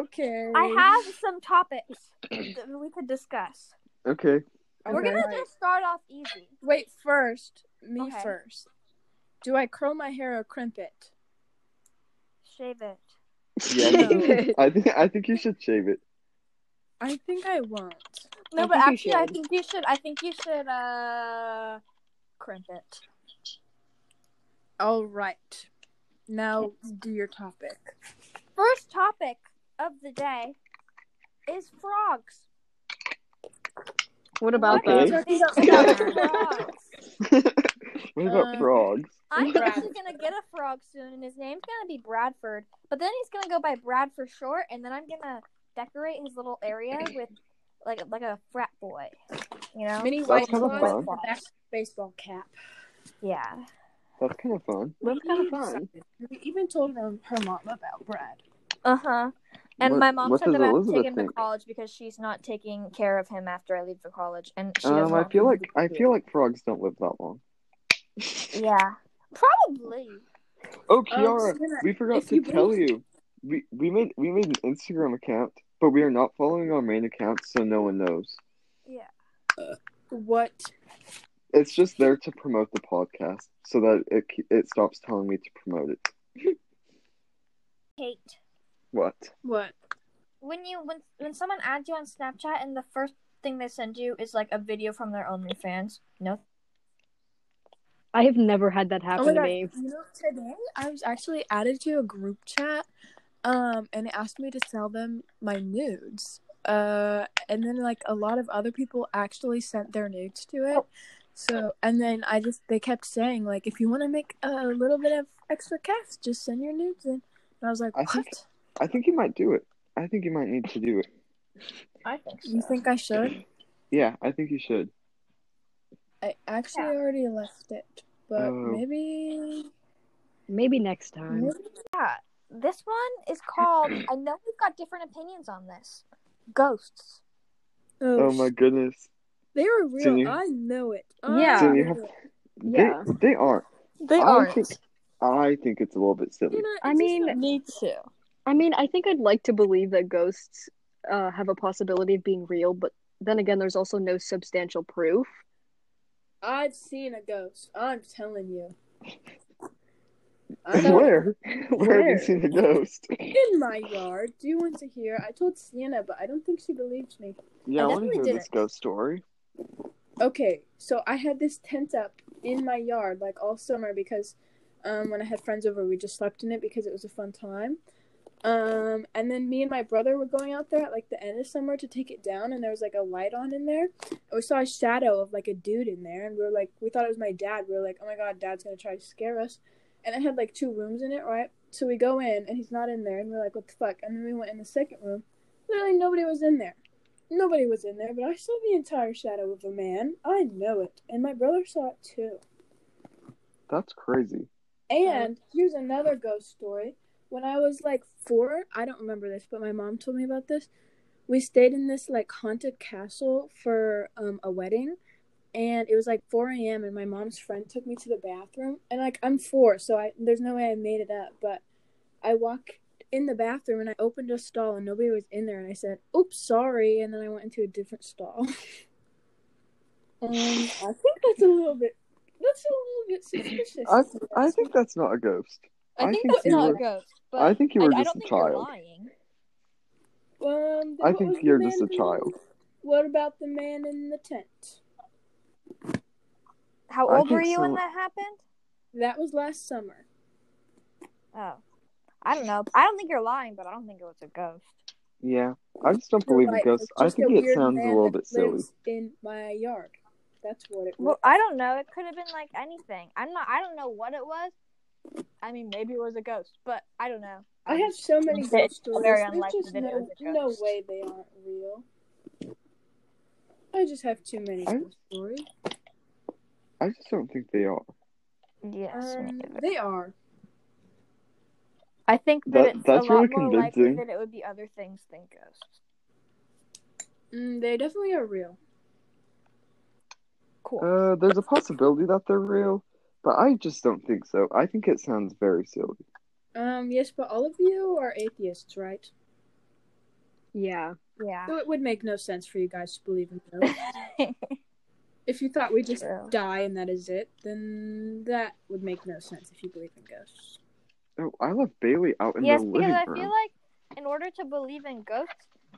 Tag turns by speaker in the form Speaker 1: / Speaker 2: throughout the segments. Speaker 1: Okay.
Speaker 2: I have some topics that we could discuss.
Speaker 3: Okay.
Speaker 2: We're
Speaker 1: Okay.
Speaker 2: gonna just start off easy.
Speaker 1: Wait, first, me
Speaker 2: Okay.
Speaker 1: first. Do I curl my hair or crimp it?
Speaker 2: Shave it.
Speaker 3: Yeah. no. I think I think you should shave it.
Speaker 1: I think I won't.
Speaker 2: No,
Speaker 4: I
Speaker 2: but
Speaker 4: think you
Speaker 2: actually, I
Speaker 4: should.
Speaker 2: think you should. I think you should uh, crimp it.
Speaker 1: All right. Now do your topic.
Speaker 2: First topic of the day is frogs.
Speaker 4: What about
Speaker 2: What
Speaker 3: Okay.
Speaker 4: that?
Speaker 2: is your thing about frogs?
Speaker 3: what about
Speaker 1: Uh,
Speaker 3: frogs?
Speaker 2: I'm actually gonna get a frog soon, and his name's gonna be Bradford. But then he's gonna go by Brad for short, and then I'm gonna decorate his little area with like like a frat boy. You know?
Speaker 1: Mini
Speaker 3: That's
Speaker 1: white
Speaker 3: kinda
Speaker 1: claws
Speaker 3: fun.
Speaker 1: and a back baseball cap.
Speaker 2: Yeah.
Speaker 3: That's kind of fun.
Speaker 4: That's kind of fun.
Speaker 1: We even told her, her mom about Brad.
Speaker 2: Uh huh. And
Speaker 3: What-
Speaker 2: my mom
Speaker 3: what
Speaker 2: said
Speaker 3: does
Speaker 2: that I have to
Speaker 3: Elizabeth
Speaker 2: take him
Speaker 3: think?
Speaker 2: to college because she's not taking care of him after I leave for college, and she doesn't.
Speaker 3: Um, I
Speaker 2: want
Speaker 3: feel
Speaker 2: him
Speaker 3: like I feel like frogs don't live that long.
Speaker 2: to- Yeah. Probably.
Speaker 3: Oh,
Speaker 1: Um,
Speaker 3: Kiara,
Speaker 1: Sienna,
Speaker 3: we forgot
Speaker 1: if
Speaker 3: to
Speaker 1: you
Speaker 3: tell
Speaker 1: both-
Speaker 3: you. We we made we made an Instagram account, but we are not following our main account, so no one knows.
Speaker 2: Yeah.
Speaker 1: What?
Speaker 3: It's just there to promote the podcast, so that it ke- it stops telling me to promote it.
Speaker 2: Kate,
Speaker 3: What?
Speaker 1: What?
Speaker 2: when you when when someone adds you on Snapchat and the first thing they send you is like a video from their OnlyFans, no.
Speaker 4: I have never had that
Speaker 2: Oh
Speaker 4: happen to me.
Speaker 1: Oh You know, today I was actually added to a group chat, um, and it asked me to sell them my nudes. Uh, and then like a lot of other people actually sent their nudes to
Speaker 3: Oh.
Speaker 1: it. So, and then I just they kept saying like, if you want to make a little bit of extra cash, just send your nudes in. And I was like,
Speaker 3: I
Speaker 1: what?
Speaker 3: think- I think you might do it. I think you might need to do it.
Speaker 2: I think so.
Speaker 1: you think I should?
Speaker 3: Yeah, I think you should.
Speaker 1: I actually
Speaker 2: Yeah.
Speaker 1: already left it, but
Speaker 3: Oh.
Speaker 1: maybe.
Speaker 4: Maybe next time.
Speaker 1: maybe
Speaker 2: Yeah. This one is called. I know we've got different opinions on this. Ghosts.
Speaker 3: Oh my goodness.
Speaker 1: They were
Speaker 3: Didn't
Speaker 1: real.
Speaker 3: you-
Speaker 1: I know it. I
Speaker 4: Yeah.
Speaker 3: Didn't you
Speaker 1: knew
Speaker 3: have-
Speaker 1: it.
Speaker 4: Yeah.
Speaker 3: They, they are.
Speaker 2: They
Speaker 3: I aren't. think- I think it's a little bit silly.
Speaker 1: You know, it's
Speaker 4: I
Speaker 1: just
Speaker 4: mean-
Speaker 1: not-
Speaker 2: Me too.
Speaker 4: I mean, I think I'd like to believe that ghosts uh, have a possibility of being real, but then again, there's also no substantial proof.
Speaker 1: I've seen a ghost. I'm telling you. I know
Speaker 3: Where? Where? have
Speaker 4: Where?
Speaker 3: you seen a ghost?
Speaker 1: in my yard. Do you want to hear? I told Sienna, but I don't think she believes me.
Speaker 3: Yeah, I,
Speaker 2: I
Speaker 3: want to
Speaker 2: definitely
Speaker 3: hear
Speaker 2: did
Speaker 3: this
Speaker 2: it.
Speaker 3: ghost story.
Speaker 1: Okay, so I had this tent up in my yard like all summer because um, when I had friends over, we just slept in it because it was a fun time. Um, and then me and my brother were going out there at like the end of summer to take it down, and there was like a light on in there. And we saw a shadow of like a dude in there, and we were like, we thought it was my dad. We were like, oh my god, dad's gonna try to scare us. And it had like two rooms in it, right? So we go in, and he's not in there, and we're like, what the fuck? And then we went in the second room. Literally nobody was in there. Nobody was in there, but I saw the entire shadow of a man. I know it. And my brother saw it too.
Speaker 3: That's crazy.
Speaker 1: And
Speaker 3: Oh.
Speaker 1: here's another ghost story. When I was like four, I don't remember this, but my mom told me about this. We stayed in this like haunted castle for um, a wedding, and it was like 4 a.m. And my mom's friend took me to the bathroom, and like I'm four, so I there's no way I made it up. But I walked in the bathroom and I opened a stall and nobody was in there, and I said, "Oops, sorry," and then I went into a different stall. um, I think that's a little bit. That's a little bit suspicious.
Speaker 3: I I think that's not a ghost. I
Speaker 2: I think
Speaker 3: think
Speaker 2: that's
Speaker 3: you
Speaker 2: not
Speaker 3: were-
Speaker 2: a ghost. But
Speaker 3: I think you were
Speaker 2: I, I
Speaker 3: just
Speaker 2: don't
Speaker 3: a
Speaker 2: think
Speaker 3: child.
Speaker 2: You're lying.
Speaker 1: Um, then
Speaker 3: I
Speaker 1: what
Speaker 3: think
Speaker 1: was the
Speaker 3: you're
Speaker 1: man
Speaker 3: just a
Speaker 1: in the-
Speaker 3: child.
Speaker 1: What about the man in the tent?
Speaker 2: How
Speaker 3: I
Speaker 2: old were
Speaker 3: think
Speaker 2: you when
Speaker 3: so.
Speaker 2: that happened?
Speaker 1: That was last summer.
Speaker 2: Oh, I don't know. I don't think you're lying, but I don't think it was a ghost.
Speaker 3: Yeah, I just don't
Speaker 1: You're
Speaker 3: believe
Speaker 1: right,
Speaker 3: in ghosts.
Speaker 1: it's
Speaker 3: I
Speaker 1: just
Speaker 3: think
Speaker 1: a
Speaker 3: it
Speaker 1: weird
Speaker 3: sounds a
Speaker 1: man
Speaker 3: little
Speaker 1: that
Speaker 3: bit silly.
Speaker 1: lives In my yard. That's what it was.
Speaker 2: Well, I don't know. It could have been like anything. I'm not. I don't know what it was. I mean, maybe it was a ghost, but I don't know.
Speaker 1: I have so many
Speaker 2: It's
Speaker 1: ghost
Speaker 2: very
Speaker 1: stories.
Speaker 2: unlikely
Speaker 1: There's just
Speaker 2: that it
Speaker 1: no,
Speaker 2: was a
Speaker 1: no
Speaker 2: ghost.
Speaker 1: way they aren't real. I just have too many
Speaker 3: I-
Speaker 1: ghost stories.
Speaker 3: I just don't think they are.
Speaker 2: Yes. me
Speaker 1: Um,
Speaker 2: neither.
Speaker 1: they are.
Speaker 2: I think that,
Speaker 3: that-
Speaker 2: it's
Speaker 3: that's
Speaker 2: a lot
Speaker 3: really
Speaker 2: more likely
Speaker 3: convincing.
Speaker 2: that it would be other things than ghosts.
Speaker 1: Mm, they definitely are real.
Speaker 2: Cool.
Speaker 3: Uh, there's a possibility that they're real, but I just don't think so. I think it sounds very silly.
Speaker 1: Um, yes, but all of you are atheists, right?
Speaker 4: Yeah.
Speaker 2: Yeah.
Speaker 1: So it would make no sense for you guys to believe in ghosts. if you thought we just
Speaker 2: True.
Speaker 1: die and that is it, then that would make no sense if you believe in ghosts.
Speaker 3: Oh, I left Bailey out in
Speaker 2: yes,
Speaker 3: the
Speaker 2: because
Speaker 3: living
Speaker 2: I
Speaker 3: room.
Speaker 2: feel like in order to believe in ghosts,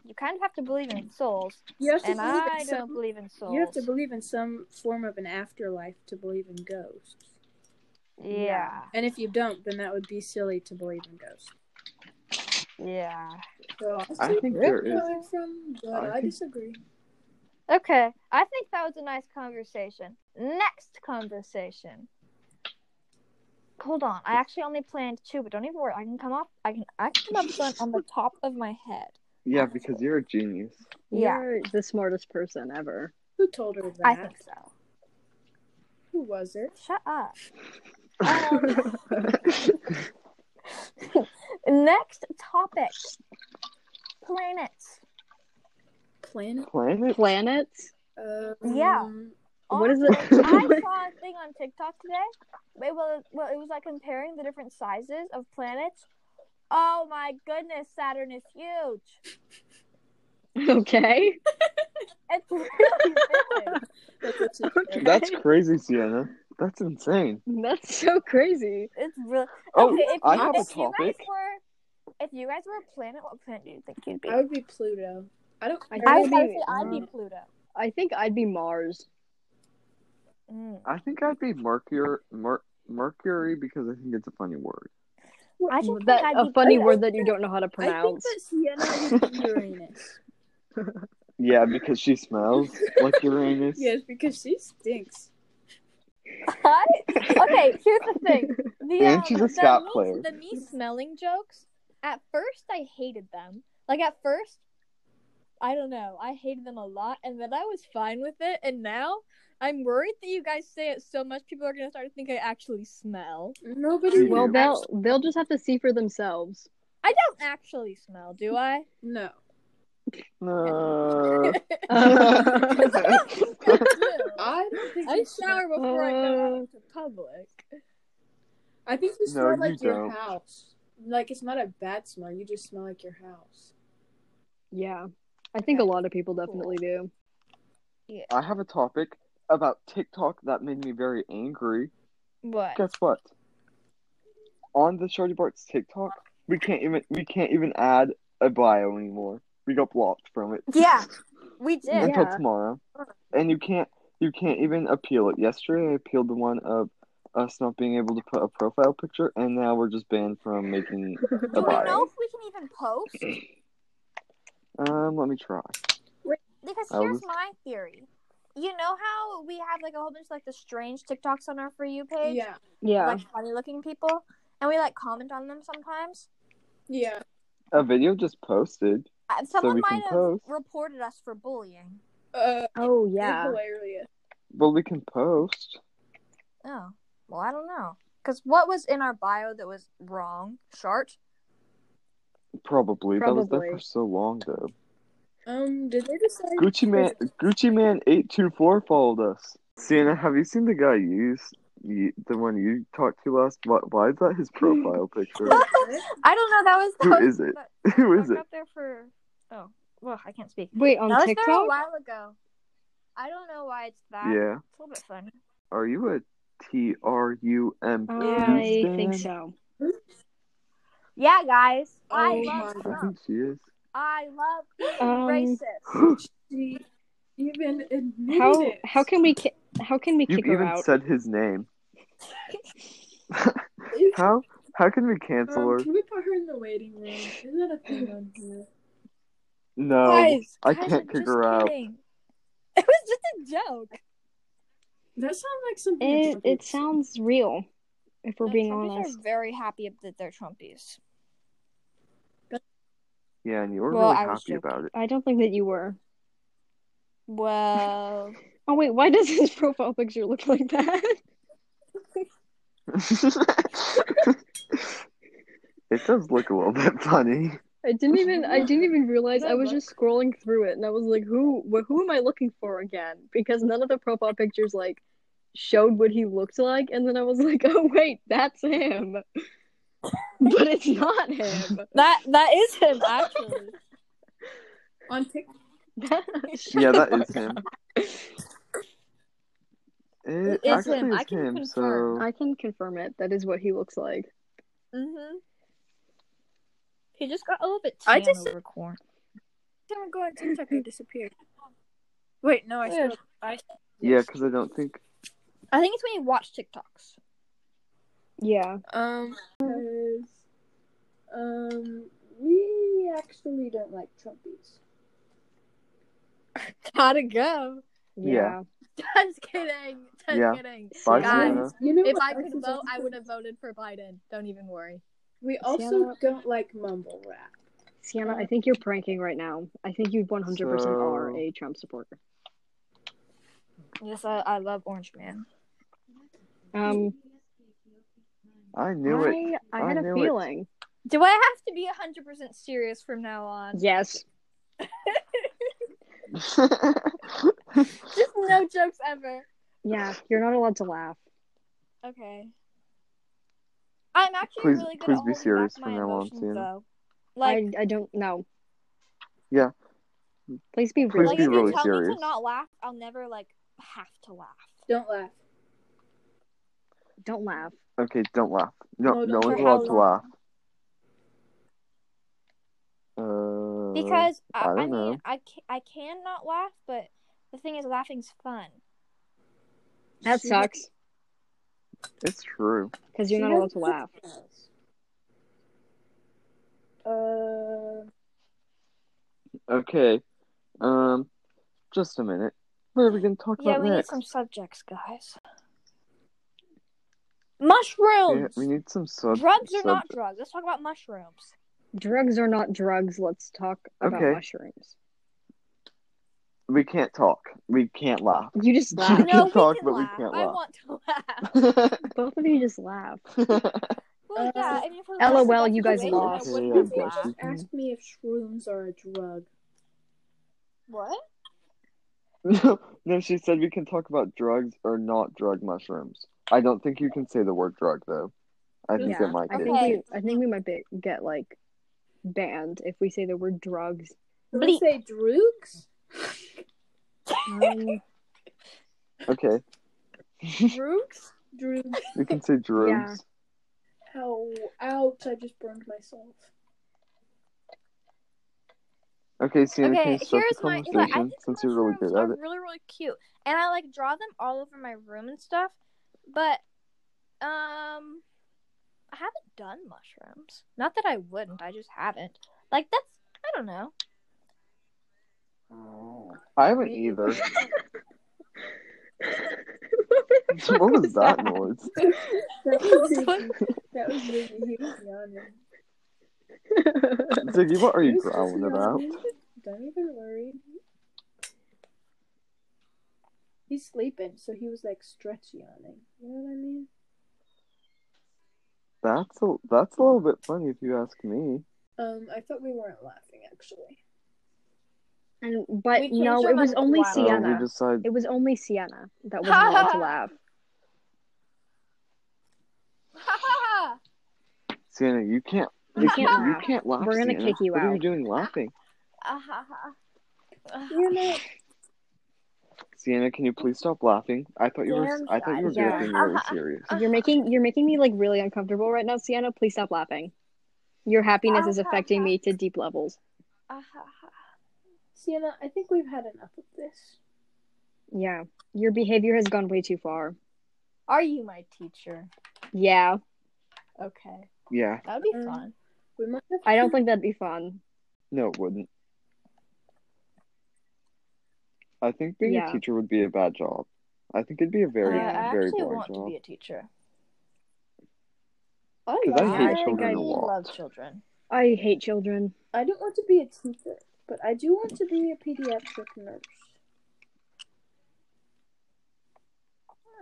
Speaker 2: you kind of have to believe in souls,
Speaker 1: You have to
Speaker 2: and
Speaker 1: believe
Speaker 2: I
Speaker 1: in
Speaker 2: don't
Speaker 1: some,
Speaker 2: believe in souls.
Speaker 1: you have to believe in some form of an afterlife to believe in ghosts.
Speaker 2: yeah.
Speaker 1: And if you don't, then that would be silly to believe in ghosts.
Speaker 2: Yeah.
Speaker 1: So
Speaker 3: I think there is.
Speaker 1: coming from, but
Speaker 3: I
Speaker 1: I,
Speaker 3: think-
Speaker 1: disagree.
Speaker 2: Okay. I think that was a nice conversation. Next conversation. Hold on. I actually only planned two, but don't even worry. I can come up. I can. I can come up with one on the top of my head.
Speaker 3: Yeah, because you're a genius.
Speaker 2: Yeah.
Speaker 4: You're the smartest person ever.
Speaker 1: Who told her that?
Speaker 2: I think so.
Speaker 1: Who was it?
Speaker 2: Shut up. Um, Next topic. Planets.
Speaker 1: Planet.
Speaker 3: Planet.
Speaker 4: Planets?
Speaker 1: Um,
Speaker 2: Yeah.
Speaker 4: What is
Speaker 2: Honestly,
Speaker 4: it?
Speaker 2: I saw a thing on TikTok today. It was, well, it was like comparing the different sizes of planets. Oh my goodness, Saturn is huge.
Speaker 4: okay.
Speaker 2: It's really big.
Speaker 1: That's what she said.
Speaker 3: That's crazy, Sienna. That's insane.
Speaker 4: That's so crazy.
Speaker 2: It's really.
Speaker 3: Oh,
Speaker 2: okay, if
Speaker 3: I
Speaker 2: you,
Speaker 3: have a
Speaker 2: if You guys
Speaker 3: topic.
Speaker 2: were, if you guys were a planet, what planet do you think you'd be?
Speaker 1: I would be Pluto. I don't.
Speaker 4: I
Speaker 2: I
Speaker 1: care.
Speaker 2: would
Speaker 4: be-
Speaker 2: say I'd be
Speaker 1: uh,
Speaker 2: Pluto.
Speaker 4: I think I'd be Mars.
Speaker 2: Mm.
Speaker 3: I think I'd be Mercury. Mer- Mercury because I think it's a funny word.
Speaker 2: I should think
Speaker 4: That
Speaker 2: I'd
Speaker 4: a
Speaker 2: be
Speaker 4: funny
Speaker 2: Pluto.
Speaker 4: word that you don't know how to
Speaker 1: I think
Speaker 4: pronounce.
Speaker 1: that Sienna would be Uranus.
Speaker 3: Yeah, because she smells like Uranus.
Speaker 1: yes, because she stinks.
Speaker 2: What? Okay, here's the thing. The,
Speaker 3: And
Speaker 2: um,
Speaker 3: she's a
Speaker 2: the
Speaker 3: scat
Speaker 2: me-
Speaker 3: player.
Speaker 2: The me smelling jokes. At first, I hated them. Like at first, I don't know. I hated them a lot, and then I was fine with it. And now, I'm worried that you guys say it so much, people are gonna start to think I actually smell.
Speaker 1: Nobody.
Speaker 4: well,
Speaker 3: you.
Speaker 4: they'll they'll just have to see for themselves.
Speaker 2: I don't actually smell, do I?
Speaker 1: No.
Speaker 3: No.
Speaker 2: I do.
Speaker 1: I don't think.
Speaker 2: I
Speaker 1: you smell-
Speaker 2: shower before I go out
Speaker 4: Uh.
Speaker 2: into public.
Speaker 1: I think you
Speaker 3: No,
Speaker 1: smell
Speaker 3: you
Speaker 1: like your
Speaker 3: don't.
Speaker 1: house. Like it's not a bad smell. You just smell like your house.
Speaker 4: yeah, I think a lot of people definitely do.
Speaker 3: I have a topic about TikTok that made me very angry.
Speaker 2: What?
Speaker 3: Guess what? On the Shorty Bart's TikTok, we can't even we can't even add a bio anymore. We got blocked from it
Speaker 2: Yeah, we
Speaker 4: Yeah.
Speaker 2: did.
Speaker 3: until tomorrow, and you can't you can't even appeal it. Yesterday, I appealed the one of us not being able to put a profile picture, and now we're just banned from making a
Speaker 2: Do we know
Speaker 3: bio.
Speaker 2: if we can even post?
Speaker 3: Um, let me try.
Speaker 2: Because
Speaker 3: I
Speaker 2: here's
Speaker 3: was-
Speaker 2: my theory. You know how we have like a whole bunch of like the strange TikToks on our for you page,
Speaker 1: Yeah.
Speaker 2: of,
Speaker 4: Yeah,
Speaker 2: like funny looking people, and we like comment on them sometimes.
Speaker 1: Yeah.
Speaker 3: A video just posted.
Speaker 2: Uh, Someone
Speaker 3: we can
Speaker 2: might have
Speaker 3: post.
Speaker 2: reported us for bullying.
Speaker 1: Uh.
Speaker 4: Oh
Speaker 1: you're
Speaker 4: yeah.
Speaker 1: Hilarious.
Speaker 3: Well, we can post.
Speaker 2: Oh, well, I don't know. Because what was in our bio that was wrong? Short.
Speaker 3: Probably. That was there
Speaker 4: Probably.
Speaker 3: for so long though.
Speaker 1: Um. Did they decide?
Speaker 3: Gucci Man Gucci Man eight two four followed us. Sienna, have you seen the guy you s- you the one you talked to last? Why, why is that his profile picture?
Speaker 2: I don't know. That was
Speaker 3: Who
Speaker 2: that was-
Speaker 3: is it?
Speaker 2: that-
Speaker 3: Who
Speaker 2: that
Speaker 3: is
Speaker 2: was
Speaker 3: it?
Speaker 2: Up there for oh, well, I can't speak.
Speaker 4: Wait, on
Speaker 2: that was there a
Speaker 4: TikTok?
Speaker 2: while ago. I don't know why it's that.
Speaker 3: Yeah.
Speaker 2: It's a little bit funny.
Speaker 3: Are you a T R U M?
Speaker 2: Oh,
Speaker 4: I think so.
Speaker 2: Yeah, guys. I
Speaker 1: Oh
Speaker 2: love
Speaker 1: my
Speaker 3: I
Speaker 2: Trump.
Speaker 3: think she is.
Speaker 2: I love being
Speaker 4: Um,
Speaker 2: racist.
Speaker 1: She even admitted
Speaker 4: How
Speaker 1: it.
Speaker 4: how can we ki- how can we
Speaker 3: You
Speaker 4: kick her
Speaker 3: even
Speaker 4: out?
Speaker 3: said his name. How how can we cancel
Speaker 1: Um,
Speaker 3: her?
Speaker 1: can we put her in the waiting room? Is that a thing on here?
Speaker 3: No,
Speaker 2: guys,
Speaker 3: I
Speaker 2: guys,
Speaker 3: can't
Speaker 2: I'm
Speaker 3: kick
Speaker 2: just
Speaker 3: her out.
Speaker 2: kidding. It was just a joke.
Speaker 1: That sounds like something. a
Speaker 4: It
Speaker 1: Trump would
Speaker 4: it
Speaker 1: say.
Speaker 4: sounds real. If we're
Speaker 2: The
Speaker 4: being
Speaker 2: Trumpies
Speaker 4: honest,
Speaker 2: are very happy that they're Trumpies.
Speaker 3: Yeah, and you were
Speaker 2: Well,
Speaker 3: really
Speaker 2: I was
Speaker 3: happy
Speaker 2: joking.
Speaker 3: about it.
Speaker 4: I don't think that you were.
Speaker 2: Well,
Speaker 4: Oh wait, why does his profile picture look like that?
Speaker 3: it does look a little bit funny.
Speaker 4: I didn't even I didn't even realize I was
Speaker 1: Good
Speaker 4: just scrolling through it and I was like, who wh- who am I looking for again? Because none of the profile pictures like showed what he looked like, and then I was like, oh wait, that's him, but it's not him.
Speaker 2: that that is him actually.
Speaker 1: on TikTok.
Speaker 3: Yeah, that is him. It,
Speaker 2: It is
Speaker 3: actually
Speaker 2: him.
Speaker 3: is
Speaker 2: I can
Speaker 3: him,
Speaker 2: confirm.
Speaker 3: So
Speaker 4: I can confirm it. That is what he looks like.
Speaker 2: Mm-hmm. He just got a little bit
Speaker 1: I
Speaker 2: tan
Speaker 1: just-
Speaker 2: over corn.
Speaker 1: I didn't go on TikTok. I disappeared. Wait, no, I
Speaker 2: Yeah.
Speaker 1: still. I,
Speaker 3: yeah, because I don't think
Speaker 2: I think it's when you watch TikToks.
Speaker 4: Yeah.
Speaker 1: um, 'cause, um, we actually don't like Trumpies.
Speaker 2: Gotta go.
Speaker 3: Yeah.
Speaker 2: Just kidding. Just
Speaker 3: Yeah.
Speaker 2: kidding.
Speaker 3: Bye,
Speaker 2: Guys,
Speaker 3: Sienna.
Speaker 1: You know
Speaker 2: if
Speaker 1: what
Speaker 2: I
Speaker 1: else
Speaker 2: could
Speaker 1: is
Speaker 2: vote,
Speaker 1: also-
Speaker 2: I would have voted for Biden. Don't even worry.
Speaker 1: We also
Speaker 4: Sienna-
Speaker 1: don't like mumble rap.
Speaker 4: Sienna, I think you're pranking right now. I think you 100% are
Speaker 3: So-
Speaker 4: a Trump supporter.
Speaker 2: Yes, I, I love Orange Man.
Speaker 4: Um,
Speaker 3: I knew it.
Speaker 4: I, I had
Speaker 3: I
Speaker 4: a
Speaker 3: knew it.
Speaker 4: feeling.
Speaker 2: Do I have to be 100% serious from now on?
Speaker 4: Yes.
Speaker 2: Just no jokes ever.
Speaker 4: Yeah, you're not allowed to laugh.
Speaker 2: Okay. I'm actually
Speaker 3: Please-
Speaker 2: really good
Speaker 3: please
Speaker 2: at
Speaker 3: be
Speaker 2: holding
Speaker 3: serious
Speaker 2: back
Speaker 3: from
Speaker 2: my
Speaker 3: now on,
Speaker 2: emotions,
Speaker 3: Sienna.
Speaker 2: though. Like,
Speaker 4: I, I don't know.
Speaker 3: Yeah.
Speaker 4: Please be
Speaker 3: Please
Speaker 4: real.
Speaker 2: like
Speaker 3: be
Speaker 2: if
Speaker 3: really
Speaker 2: you tell me
Speaker 3: serious.
Speaker 2: to not laugh, I'll never like have to laugh.
Speaker 1: Don't laugh.
Speaker 4: Don't laugh.
Speaker 3: okay, don't laugh. No,
Speaker 1: No,
Speaker 3: no,
Speaker 1: don't-
Speaker 3: one's
Speaker 2: for how
Speaker 3: allowed to laugh. Uh,
Speaker 2: Because I,
Speaker 3: I
Speaker 2: I,
Speaker 3: don't
Speaker 2: mean,
Speaker 3: know.
Speaker 2: I ca- I can not laugh, but the thing is, laughing's fun.
Speaker 4: That
Speaker 1: She-
Speaker 4: sucks
Speaker 3: it's true.
Speaker 4: because you're
Speaker 1: she
Speaker 4: not
Speaker 1: has
Speaker 4: allowed to laugh.
Speaker 1: superpowers. Uh,
Speaker 3: Okay, um, just a minute. What are we gonna talk
Speaker 2: Yeah,
Speaker 3: about
Speaker 2: we need
Speaker 3: next?
Speaker 2: some subjects, guys. Mushrooms.
Speaker 3: Yeah, we need some sub-
Speaker 2: drugs are
Speaker 3: sub-
Speaker 2: not drugs. Let's talk about mushrooms.
Speaker 4: Drugs are not drugs. Let's talk about
Speaker 3: Okay.
Speaker 4: mushrooms.
Speaker 3: We can't talk. We can't laugh.
Speaker 4: You just laugh.
Speaker 3: can
Speaker 2: No, we
Speaker 3: talk,
Speaker 2: can
Speaker 3: but we
Speaker 2: laugh.
Speaker 3: can't
Speaker 2: I
Speaker 3: laugh.
Speaker 2: want to laugh.
Speaker 4: Both of you just laugh.
Speaker 2: Well,
Speaker 1: Uh,
Speaker 2: yeah. I mean, for the
Speaker 4: LOL,
Speaker 2: rest of
Speaker 4: you guys
Speaker 2: situation, I
Speaker 4: lost.
Speaker 3: Okay,
Speaker 2: wouldn't
Speaker 3: I
Speaker 2: have
Speaker 3: guess
Speaker 2: laughed.
Speaker 3: we-
Speaker 1: asked me if shrooms are a drug.
Speaker 2: What?
Speaker 3: No, no, she said we can talk about drugs or not drug mushrooms. I don't think you can say the word drug though. I think
Speaker 4: Yeah,
Speaker 3: it might
Speaker 4: I
Speaker 3: get
Speaker 4: think
Speaker 2: Okay.
Speaker 4: we I think we might be, get like banned if we say the word drugs.
Speaker 1: Can
Speaker 2: Bleep.
Speaker 1: we say droogs?
Speaker 4: Um,
Speaker 3: okay.
Speaker 2: Drugs?
Speaker 1: Droogs.
Speaker 3: We can say drugs.
Speaker 1: Ow, ouch, I just burned myself.
Speaker 3: Okay, Sienna, can
Speaker 2: Okay,
Speaker 3: you start
Speaker 2: here's
Speaker 3: the
Speaker 2: my.
Speaker 3: conversation
Speaker 2: Look, I think
Speaker 3: since you're really
Speaker 2: mushrooms
Speaker 3: good
Speaker 2: are
Speaker 3: at it?
Speaker 2: really really cute, and I like draw them all over my room and stuff. But, um, I haven't done mushrooms. Not that I wouldn't. I just haven't. Like that's. I don't know.
Speaker 3: I haven't
Speaker 1: Me-
Speaker 3: either.
Speaker 4: fuck
Speaker 3: what was
Speaker 4: was
Speaker 3: that,
Speaker 4: that?
Speaker 3: noise?
Speaker 1: That was really, that was really huge, yawning.
Speaker 3: Ziggy, what are
Speaker 1: It
Speaker 3: you
Speaker 1: was just
Speaker 3: growling about?
Speaker 1: yawning. Don't even worry. He's sleeping, so he was like stretchy yawning. You know what I mean?
Speaker 3: That's a that's a little bit funny if you ask me.
Speaker 1: Um, I thought we weren't laughing actually.
Speaker 4: and, but
Speaker 2: We changed
Speaker 4: no,
Speaker 2: our
Speaker 4: it was
Speaker 2: mind
Speaker 4: only
Speaker 2: loud.
Speaker 3: So Oh, we
Speaker 4: Sienna.
Speaker 3: decide
Speaker 4: It was only Sienna that was not allowed to laugh.
Speaker 3: Sienna, you can't
Speaker 4: You can't
Speaker 3: you
Speaker 4: laugh.
Speaker 3: can't laugh.
Speaker 4: We're gonna
Speaker 3: Sienna.
Speaker 4: kick you
Speaker 3: What are you
Speaker 4: out.
Speaker 3: doing laughing?
Speaker 1: You know,
Speaker 3: Sienna, can you please stop laughing? I thought you were.
Speaker 2: Damn
Speaker 3: I thought you were
Speaker 4: God.
Speaker 3: being really serious.
Speaker 4: You're making you're making me like really uncomfortable right now, Sienna. Please stop laughing. Your happiness is affecting me to deep levels.
Speaker 1: Sienna, I think we've had enough of this.
Speaker 4: Yeah, your behavior has gone way too far.
Speaker 2: Are you my teacher?
Speaker 4: Yeah,
Speaker 2: Okay,
Speaker 3: Yeah,
Speaker 2: that would be
Speaker 1: Um,
Speaker 2: fun.
Speaker 1: We might have
Speaker 4: I don't think that'd be fun.
Speaker 3: no, it wouldn't. I think being
Speaker 4: Yeah.
Speaker 3: a teacher would be a bad job. I think it'd be a very,
Speaker 2: Uh, I
Speaker 3: very
Speaker 2: actually
Speaker 3: boring
Speaker 2: want to
Speaker 3: job.
Speaker 2: be a teacher.
Speaker 1: I,
Speaker 3: Because I
Speaker 1: love-
Speaker 3: hate
Speaker 4: I think
Speaker 3: children
Speaker 4: I-
Speaker 3: a lot.
Speaker 2: love children.
Speaker 4: I hate children.
Speaker 1: I don't want to be a teacher, but I do want to be a pediatric nurse.